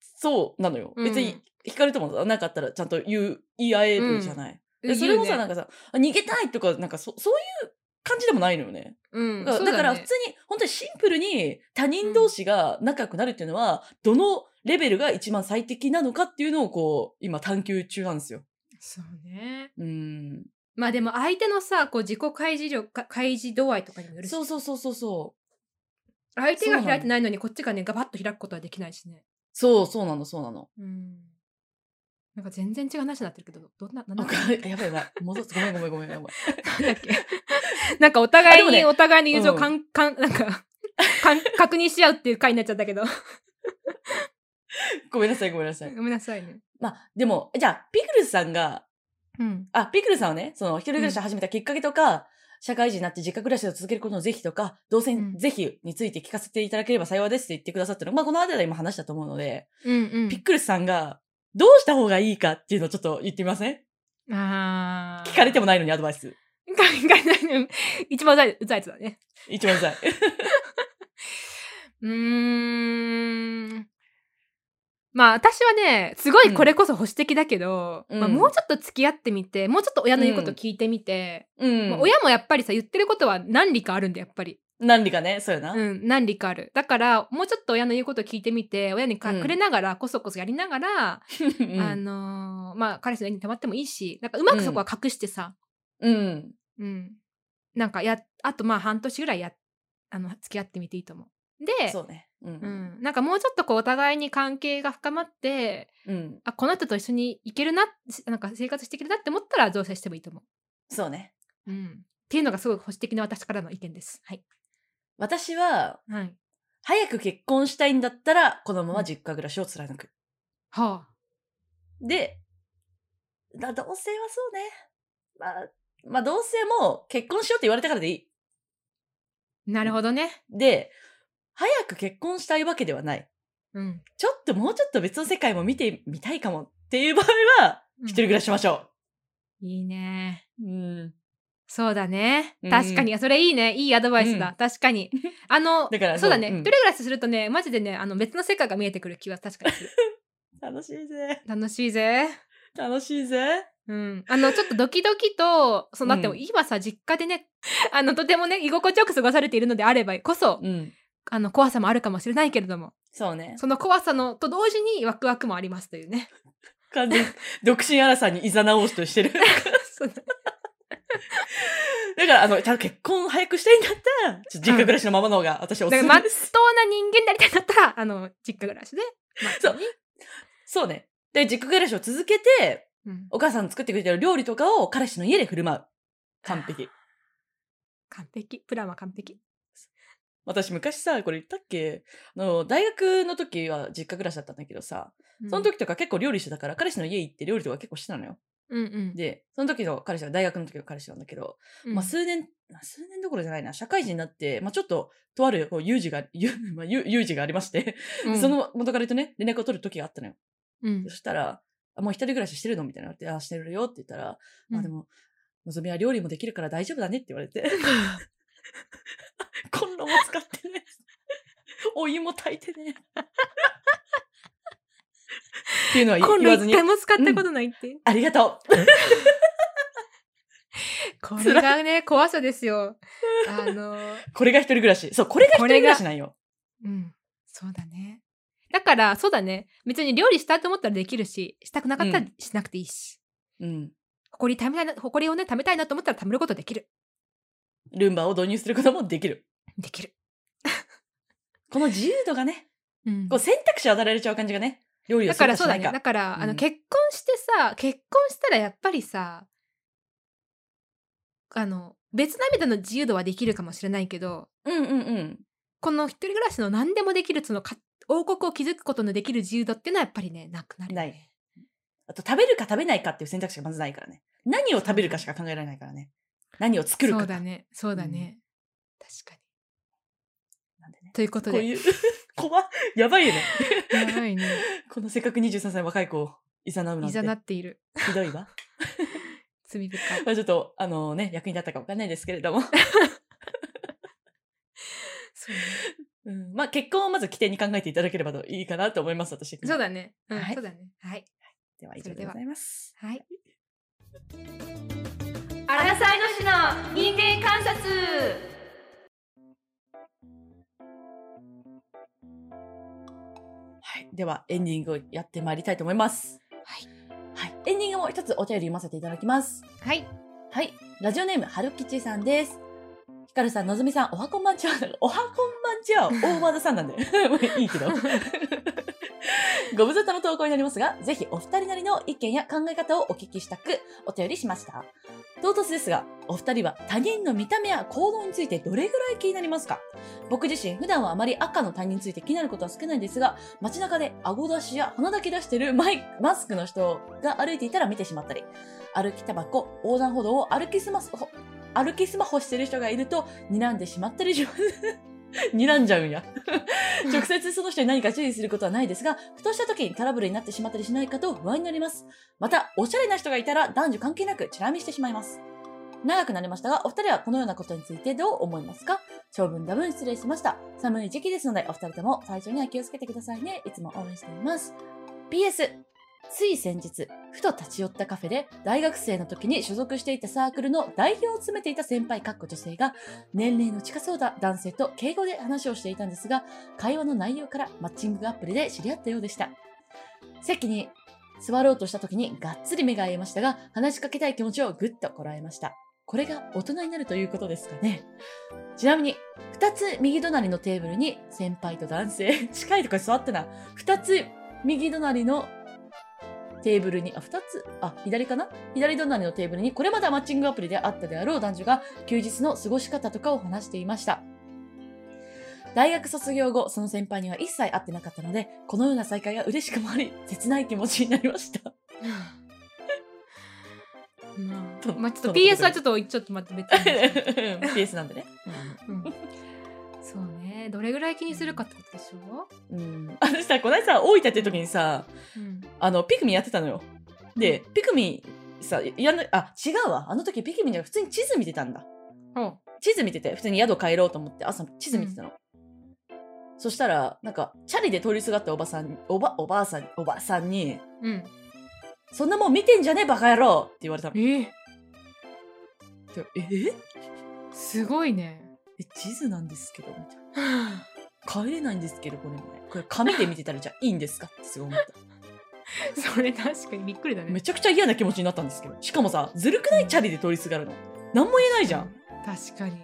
S1: そうなのよ。
S2: うん
S1: 別に、惹かれてもさなんかあったらちゃんと言う、言い合えるじゃない。でそれもさ、なん
S2: か、
S1: かさ、あ逃げたいとか、なんかそそういう感じでもないのよね。
S2: うん、
S1: だか
S2: そ
S1: ら
S2: う
S1: だから
S2: ね
S1: 普通に、本当にシンプルに他人同士が仲良くなるっていうのは、どのレベルが一番最適なのかっていうのをこう、今探求中なんですよ。
S2: そうね。
S1: うん。
S2: まあでも相手のさ、こう自己開示力、か開示度合いとかにもよるし
S1: そうそうそうそうそう。
S2: 相手が
S1: そうな
S2: 開い
S1: の
S2: てないのにこっちがね、ガバッと開くことはできないしね。
S1: そうそうなの、そうなの。
S2: うん。なんか全然違う話になってるけど、どんな、 *laughs* なんだ
S1: あ
S2: っけ
S1: かやばいやばい。戻す。ごめんごめんごめん。やばい。
S2: なんだっけ *laughs* なんかお互い
S1: あ
S2: に、
S1: でもね
S2: お互いに友情
S1: うん
S2: かん、かん、なん *laughs* か、かん確認し合うっていう回になっちゃったけど。
S1: ごめんなさいごめんなさい。
S2: ごめんなさいね。
S1: まあ、でも、じゃあ、ピクルスさんが
S2: うん。
S1: あ、ピクルさんはね、その、一人暮らしを始めたきっかけとか、社会人になって実家暮らしを続けることの是非とか、同
S2: う
S1: 棲
S2: ん
S1: 是非について聞かせていただければ幸いですって言ってくださったの、まあ、この辺りで今話したと思うので、
S2: うん
S1: ピクルスさんが、どうした方がいいかっていうのをちょっと言ってみません
S2: うん。あー
S1: 聞かれてもないのにアドバイス。
S2: 考えないの *laughs* 一番うざい、うざいやつだね。
S1: 一番う
S2: *laughs*
S1: ざい。
S2: うーん。まあ私はね、すごいこれこそ保守的だけど、
S1: うん
S2: まあ、
S1: うん
S2: もうちょっと付き合ってみて、もうちょっと親の言うこと聞いてみて、
S1: うん。
S2: まあ親もやっぱりさ、言ってることは何理かあるんだよ、やっぱり。
S1: 何理かね、そうやな。
S2: うん、何理かある。だから、もうちょっと親の言うこと聞いてみて、親にか
S1: うん
S2: くれながら、こそこそやりながら、
S1: うん
S2: あのーまあ彼氏の家にたまってもいいし、なんかうまくそこは隠してさ、
S1: うん。
S2: うん。なんかや、あとまあ半年ぐらいや、あの、付き合ってみていいと思う。で、
S1: そうね。う。
S2: うんん、なんかもうちょっとこうお互いに関係が深まって
S1: うん。
S2: あこの人と一緒に行けるなしなんか生活していけるなって思ったら同棲してもいいと思
S1: そうね。
S2: う、うん、っていうのがすごい保守的な私からの意見ですはい、
S1: 私は、
S2: はい、
S1: 早く結婚したいんだったら、このまま実家暮らしを貫く。
S2: はあ
S1: で、だ同棲はそうね。まあ、まあ同棲も結婚しようって言われたからでいい。
S2: なるほどね
S1: で、早く結婚したいわけではない。
S2: うん
S1: ちょっともうちょっと別の世界も見てみたいかもっていう場合は、
S2: うん
S1: 一人暮らししましょ
S2: いいね
S1: う。うん。
S2: そうだね
S1: うん
S2: 確かに、それいいねいいアドバイスだ、
S1: う
S2: 確か
S1: *laughs*
S2: にあの
S1: だから
S2: そうだね、
S1: そううん
S2: 一人暮らしするとねマジでねあの別の世界が見えてくる気は確か
S1: *laughs*
S2: にする
S1: 楽しいぜ。
S2: 楽しいぜ
S1: 楽しいぜ。
S2: うん、あのちょっとドキドキとそうだって
S1: うん
S2: 今さ実家でねあのとてもね居心地よく過ごされているのであればこそ、
S1: うん。
S2: あの怖さもあるかもしれないけれども
S1: そうね。
S2: その怖さのと同時にワクワクもありますという
S1: *laughs*
S2: ね
S1: 完全に独身荒さにいざ直しとしてる。 *laughs*
S2: そうだ
S1: だから、あの、ちゃんと結婚早くしたいんだったら、ちょっと実家暮らしのままの方が私はおす
S2: から
S1: す
S2: ま
S1: め
S2: っ
S1: です。
S2: とうな人間になりたいんだったらあの実家暮らしで、まっとに
S1: そうね。で、実家暮らしを続けて、
S2: うん、
S1: お母さん作ってくれてる料理とかを彼氏の家で振る舞う。完
S2: *sighs*
S1: 璧。
S2: 完璧プランは完璧
S1: 私昔さ、これ言ったっけあの、大学の時は実家暮らしだったんだけどさ、その、時とか結構料理してたから、彼氏の家行って料理とか結構してたのよ。
S2: うんうん
S1: で、その時の彼氏は大学の時の彼氏なんだけど、
S2: うん
S1: まあ数年、まあ数年どころじゃないな、社会人になって、まあちょっと、とあるこう有事が、 *laughs* 有まあ、有有事がありまして、
S2: うん
S1: その元彼とね、連絡を取る時があったのよ。
S2: うん
S1: そしたら、あもう一人暮らししてるのみたいなのって、あ、してるよって言ったら、まあで
S2: うん
S1: も、のぞみは料理もできるから大丈夫だねって言われ *laughs* て。コンロも使ってね。お湯も炊いてね。っていうのは言
S2: コン
S1: 言
S2: ロ
S1: わず
S2: 一
S1: に
S2: 回。も使ったことないって、
S1: ありがと
S2: これがね怖さですよあの
S1: う。これが一人暮らし。そう、これが一人暮らしなんよ。
S2: うん、そうだね。だから、そうだね。別に料理したいと思ったらできるし、したくなかった
S1: う
S2: ら
S1: ん
S2: しなくていいし。
S1: うん。
S2: ほこりためたいな、ほこりをね、貯めたいなと思ったら貯めることできる。
S1: ルンバを導入することもできる。
S2: できる。
S1: この自由度がね、
S2: うん
S1: こう選択肢を与えられちゃう感じがね、料理を
S2: だ
S1: する
S2: か
S1: からし
S2: そう
S1: ない
S2: だね。
S1: か。
S2: だから、あ
S1: う
S2: の、
S1: ん
S2: 結婚してさ、結婚したらやっぱりさ、あの、別涙の自由度はできるかもしれないけど、
S1: うんうんうん。
S2: この一人暮らしの何でもできる、そのか王国を築くことのできる自由度っていうのはやっぱりね、なくなるよ
S1: な
S2: ね、
S1: いあと食べるか食べないかっていう選択肢がまずないからね。何を食べるかしか考えられないからね。何を作るか
S2: そ
S1: か
S2: うだね。そうだね。確かに。
S1: なんでね。
S2: ということ
S1: こう *laughs*
S2: で。
S1: いう、怖っやばいよね。 *laughs*
S2: やばいね。
S1: このせっかく23歳若い子をいざなうなん
S2: い
S1: て
S2: ざなっている。
S1: ひどいわ。 *laughs*
S2: 罪深い。
S1: まあちょっと、あのね、役に立ったかわかんないですけれども。 *laughs*
S2: そうね
S1: うん、まあ結婚をまず起点に考えていただければといいかなと思います、私。
S2: そうだね。うん、
S1: はい
S2: そうだね。はい。
S1: では以
S2: そ
S1: 上
S2: れ
S1: で
S2: では
S1: ございます。
S2: はい。アラサイの市の人間観察。
S1: はい。では、エンディングをやってまいりたいと思います。
S2: はい。
S1: はい。エンディングも一つお便り読ませていただきます。
S2: はい。
S1: はい。ラジオネーム、はるきちさんです。ひかるさん、のぞみさん、おはこんばんちは。おはこんばんちは、大和田さんなんで。 *laughs* もういいけ
S2: *laughs*
S1: ど。ご無沙汰の投稿になりますが、ぜひお二人なりの意見や考え方をお聞きしたく、お便りしました。唐突ですが、お二人は他人の見た目や行動についてどれぐらい気になりますか僕自身、普段はあまり赤の他人について気になることは少ないですが、街中で顎出しや鼻だけ出してるマイマスクの人が歩いていたら見てしまったり、歩きタバコ、横断歩道を歩きスマホ、歩きスマホしてる人がいると、睨んでしまったりします。 *laughs* 睨んじゃうんや。 *laughs* 直接その人に何か注意することはないですが、ふとした時にトラブルになってしまったりしないかと不安になります。また、おしゃれな人がいたら男女関係なくチラ見してしまいます。長くなりましたが、お二人はこのようなことについてどう思いますか長文多分失礼しました。寒い時期ですので、お二人とも体調には気をつけてくださいね。いつも応援しています。PS、つい先日、ふと立ち寄ったカフェで、大学生の時に所属していたサークルの代表を務めていた先輩かっこ女性が、年齢の近そうな男性と敬語で話をしていたんですが、会話の内容からマッチングアプリで知り合ったようでした。席に座ろうとした時にがっつり目が合いましたが、話しかけたい気持ちをぐっとこらえました。これが大人になるということですかね。ちなみに、二つ右隣のテーブルに先輩と男性、 *laughs* 近いとこに座ってな、二つ右隣のテーブルに、あ、二つ、あ、左かな左隣のテーブルに、これまではマッチングアプリであったであろう男女が休日の過ごし方とかを話していました。大学卒業後、その先輩には一切会ってなかったので、このような再会が嬉しくもあり、 *laughs* 切ない気持ちになりました。
S2: まあ、
S1: と
S2: まあ、ちょ
S1: とのこ
S2: っと
S1: とで
S2: PS はちょっとちょっと待って
S1: *laughs*
S2: 別に、
S1: PS なんでね。
S2: うん、そうねどれぐらい気にするかってことでしょ、
S1: うん。私さ、この間さ、大分っていう時にさ、
S2: うん、
S1: あの、ピクミンやってたのよ。で、ピクミンさ、やんな、あ、違うわ。あの時ピクミンじゃなくて普通に地図見てたんだ。
S2: ほ
S1: 地図見てて、普通に宿帰ろうと思って、朝地図見てたの。そしたら、なんか、チャリで通りすがったおばさん、おば、おばあさん、おばさんに、
S2: う、うん、
S1: そんなもん見てんじゃねえ、バカ野郎って言われたの。
S2: ええ
S1: でえ
S2: すご
S1: *laughs*
S2: いね
S1: え、地図なんですけど、みたいな。
S2: は
S1: 帰れないんですけど、これもね。これ紙で見てたらじゃあいいんですかってすごい思っ
S2: *laughs*
S1: た。
S2: あ *laughs* それ確かにびっくりだね
S1: めちゃくちゃ嫌な気持ちになったんですけど。しかもさ、ずるくないチャリで通りすがるの。なんも言えないじゃん。
S2: 確かに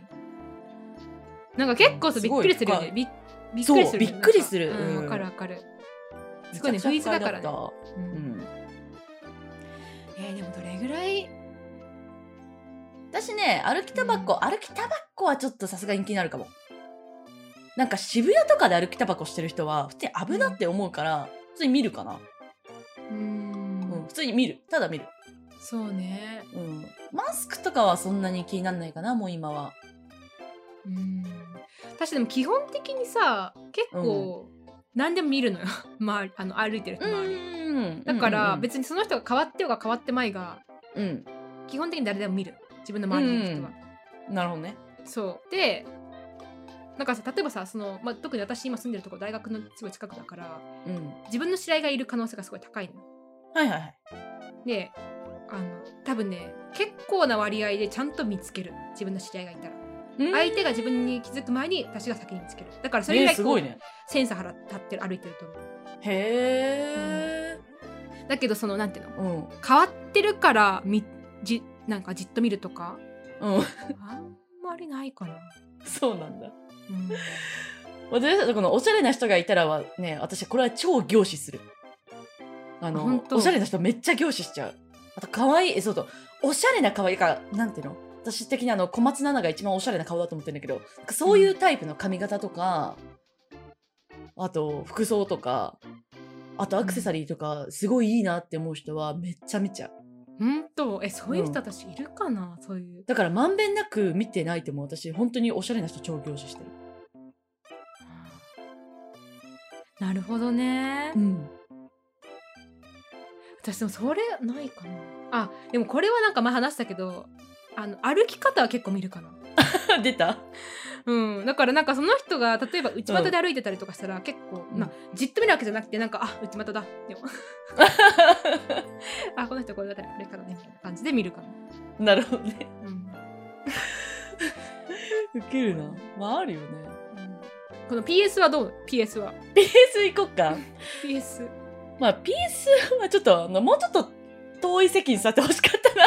S2: なんか結構さ
S1: す
S2: びっ
S1: ごい
S2: くりするよね
S1: 深
S2: びびっくりするよね
S1: そうびっくりするう
S2: なんかうん
S1: ん
S2: わかるわかるすごいね不意打ちだからね
S1: めちゃくちゃ不快だっ
S2: う
S1: たうんん。
S2: えーでもどれぐらい
S1: 私ね、歩きタバコ、歩きタバコはちょっとさすがに気になるかも。なんか渋谷とかで歩きタバコしてる人は、普通に危なって思うから、普通に見るかな。
S2: うーん
S1: うん、普通に見る。ただ見る。
S2: そうね
S1: うん。マスクとかはそんなに気にならないかな、もう今は。
S2: うん私でも基本的にさ結構何でも見るのよ、 *laughs* 周りあの歩いてる人周り、
S1: ん
S2: だから
S1: 別
S2: 別にその人が変わってようが変わってまいが
S1: うん。
S2: 基本的に誰でも見る自分の周りにいる人は、
S1: なるほどね。
S2: そうでなんかさ例えばさその、まあ、特に私今住んでるとこ大学のすごい近くだから
S1: うん。
S2: 自分の知り合いがいる可能性がすごい高いの
S1: はいはいはい。
S2: であの多分ね結構な割合でちゃんと見つける自分の知り合いがいたら相手が自分に気づく前に私が先に見つけるだからそれぐ
S1: え
S2: ら
S1: ー
S2: い
S1: す
S2: こ
S1: ご
S2: う、
S1: いね。
S2: センサー払立ってる歩いてると思う
S1: へえ。
S2: だけどそのなんていうの
S1: うん。
S2: 変わってるからみじなんかじっと見るとか
S1: うん。 *laughs*
S2: あんまりないかな
S1: そうなんだ。
S2: うん
S1: 私たちこのおしゃれな人がいたらはね私これは超凝視するあ
S2: あ
S1: の
S2: 本当
S1: おしゃれな人めっちゃ凝視しちゃうあと可愛いえそうそうおしゃれな可愛いかなんていうの私的にあの小松菜奈が一番おしゃれな顔だと思ってるんだけどなんかそういうタイプの髪型とか、あと服装とかあとアクセサリーとかすごいいいなって思う人はめっちゃ見ちゃう
S2: 本当えそういう
S1: うん
S2: 人私いるかな、そういう
S1: だからまんべんなく見てないと思う私本当におしゃれな人超凝視してる
S2: なるほどね、
S1: うん
S2: 私でもそれないかなあでもこれはなんか前話したけどあの歩き方は結構見るかな
S1: *laughs* 出た *laughs*
S2: うんだからなんかその人が例えば内股で歩いてたりとかしたら結構、
S1: うん
S2: まあじっと見るわけじゃなくてなんかあ内股だでもあこの人これだったら歩き方ねみたいな感じで見るか
S1: な
S2: な
S1: るほどね
S2: うん
S1: ウケるな。まああるよね。
S2: この PS はどう ?PS は
S1: PS 行こっか。
S2: PS
S1: まあ PS はちょっとあの、もうちょっと遠い席に座ってほしかったな。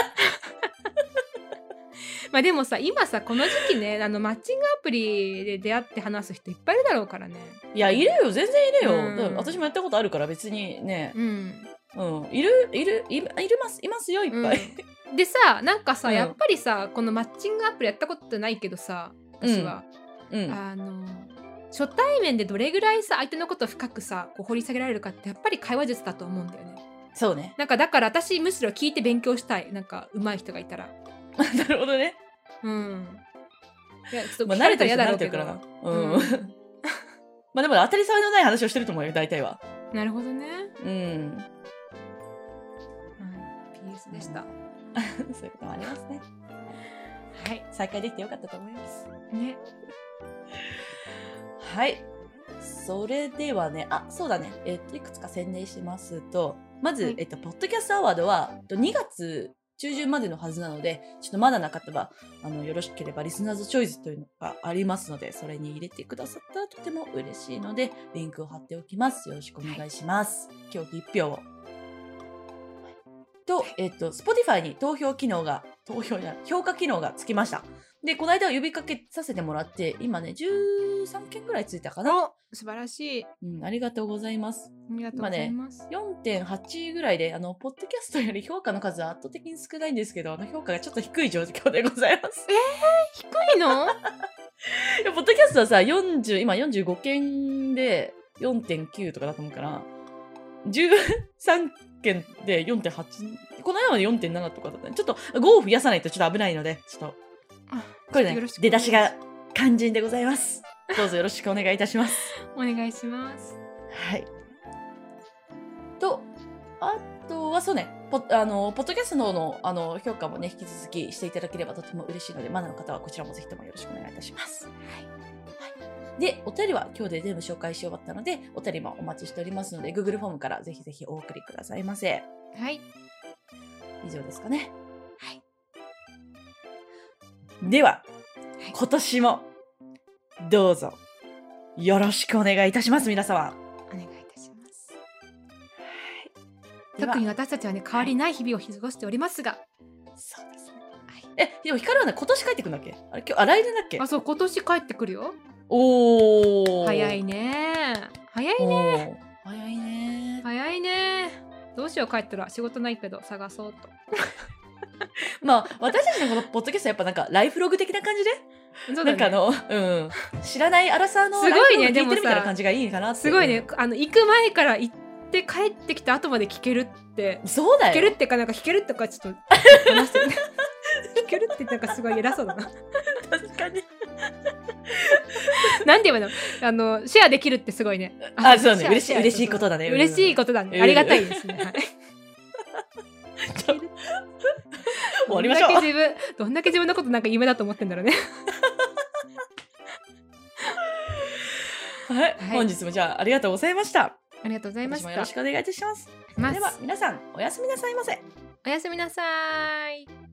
S2: *laughs*
S1: *laughs*
S2: まあでもさ今さこの時期ねあのマッチングアプリで出会って話す人いっぱいいるだろうからね
S1: いや、いるよ。全然いるよ。
S2: うん
S1: だから私もやったことあるから別にね。
S2: うん
S1: うん。いる、いる、いいるます、いますよ、いっぱい。
S2: うんでさなんかさ、
S1: うん
S2: やっぱりさこのマッチングアプリやったことないけどさ私は、
S1: うん。
S2: あの初対面でどれぐらいさ相手のことを深くさこう掘り下げられるかってやっぱり会話術だと思うんだよね
S1: そうね。 *laughs*
S2: なんかだから私むしろ聞いて勉強したいなんか上手い人がいたら
S1: なるほどね。
S2: うんいやちょっと
S1: まあ慣
S2: 聞か
S1: れて
S2: れた
S1: る人
S2: ら嫌
S1: 慣
S2: だろ
S1: れ
S2: う
S1: てる
S2: けど
S1: からな。うん。まあでも当たり障りのない話をしてると思うよ、大体は。
S2: なるほどね、
S1: うん。
S2: うん、PS でした、
S1: *laughs* そういうこともありますね。
S2: はい
S1: 再開できてよかったと思います。
S2: ね
S1: はい。それではね、あ、そうだね。えっ、と、いくつか宣伝しますと、まず、
S2: はい
S1: えっと、ポッドキャストアワードは、えっと2月中旬までのはずなので、ちょっとまだなかったら、あの、よろしければリスナーズチョイスというのがありますので、それに入れてくださったらとても嬉しいので、リンクを貼っておきます。よろしくお願いします。競技1票を。と、えっ、と、Spotify に投票機能が、投票じゃない評価機能がつきました。で、この間は呼びかけさせてもらって、今ね、13件ぐらいついたかな。
S2: 素晴らしいあ
S1: うん、ありがとうございます。
S2: りがとうございます、
S1: 4.8ぐらいで、あの、ポッドキャストより評価の数は圧倒的に少ないんですけど、あの、評価がちょっと低い状況でございます。
S2: 低いの
S1: いやポッドキャストはさ、40、今45件で4.9とかだと思うから、13件で4.8、この間まで4.7とかだったね。ちょっと5を増やさないとちょっと危ないので、ちょっと、
S2: あ
S1: これ
S2: よ
S1: ね
S2: ろし、く
S1: 出だしが肝心でございます。どうぞよろしくお願いいたします。
S2: お願いします
S1: はい。と、あとはそうね、ポッあのポッドキャストののあの評価もね、引き続きしていただければとても嬉しいので、マナの方はこちらもぜひともよろしくお願いいたします。はい。で、お便りは今日で全部紹介し終わったので、お便りもお待ちしておりますので、Google フォームからぜひぜひお送りくださいませ。
S2: はい
S1: 以上ですかね。はい。では、今年も、どうぞ、よろしくお願いいたします、皆様。
S2: お願いいたします
S1: では
S2: 特に私たちはね変わりない日々を過ごしておりますが、
S1: そうですね。え、でも光はね、今年帰ってくんだっけあれ、今日、あ、来年だっけ
S2: あそう今年帰ってくるよ
S1: おー。
S2: 早いね早い
S1: ね。早いね。
S2: 早いねどうしよう帰ったら仕事ないけど探そうと
S1: まあ、私たちのこのポッドキャスト、やっぱなんか、ライフログ的な感じで、
S2: そうだ
S1: な
S2: ね
S1: んかあの、うん。知らないアラサーの
S2: す
S1: ライ
S2: ご
S1: フロ
S2: い
S1: グ
S2: ね
S1: 聞いてるみ
S2: でもさ
S1: たいな感じがいいかなって
S2: すごいね。あの行く前から行って帰ってきた後まで聞けるって
S1: そうだ
S2: 聞
S1: よ。
S2: けるってかなんか聞けるとかちょっと話してる *laughs* ね聞けるってなんかすごい偉そうだな *laughs*
S1: 確かに。
S2: なんて言えばいいのあのシェアできるってすごいね
S1: あ、そうね。
S2: シェア
S1: 嬉し
S2: シェ
S1: い、
S2: ア
S1: 嬉しいことだね。
S2: 嬉しい
S1: こ
S2: ことだね、
S1: うん
S2: ありがたいですね、はい
S1: と。ちょ終わりましょう
S2: どんだけ自分どんだけ自分のことなんか夢だと思ってんだろうね
S1: はい。
S2: はい
S1: 本日もじゃあ、ありがとうございました。
S2: ありがとうございま
S1: 今年も
S2: した
S1: よろしくお願いいたします。
S2: ま
S1: では、皆さん、おやすみなさいませ。
S2: おやすみなさーい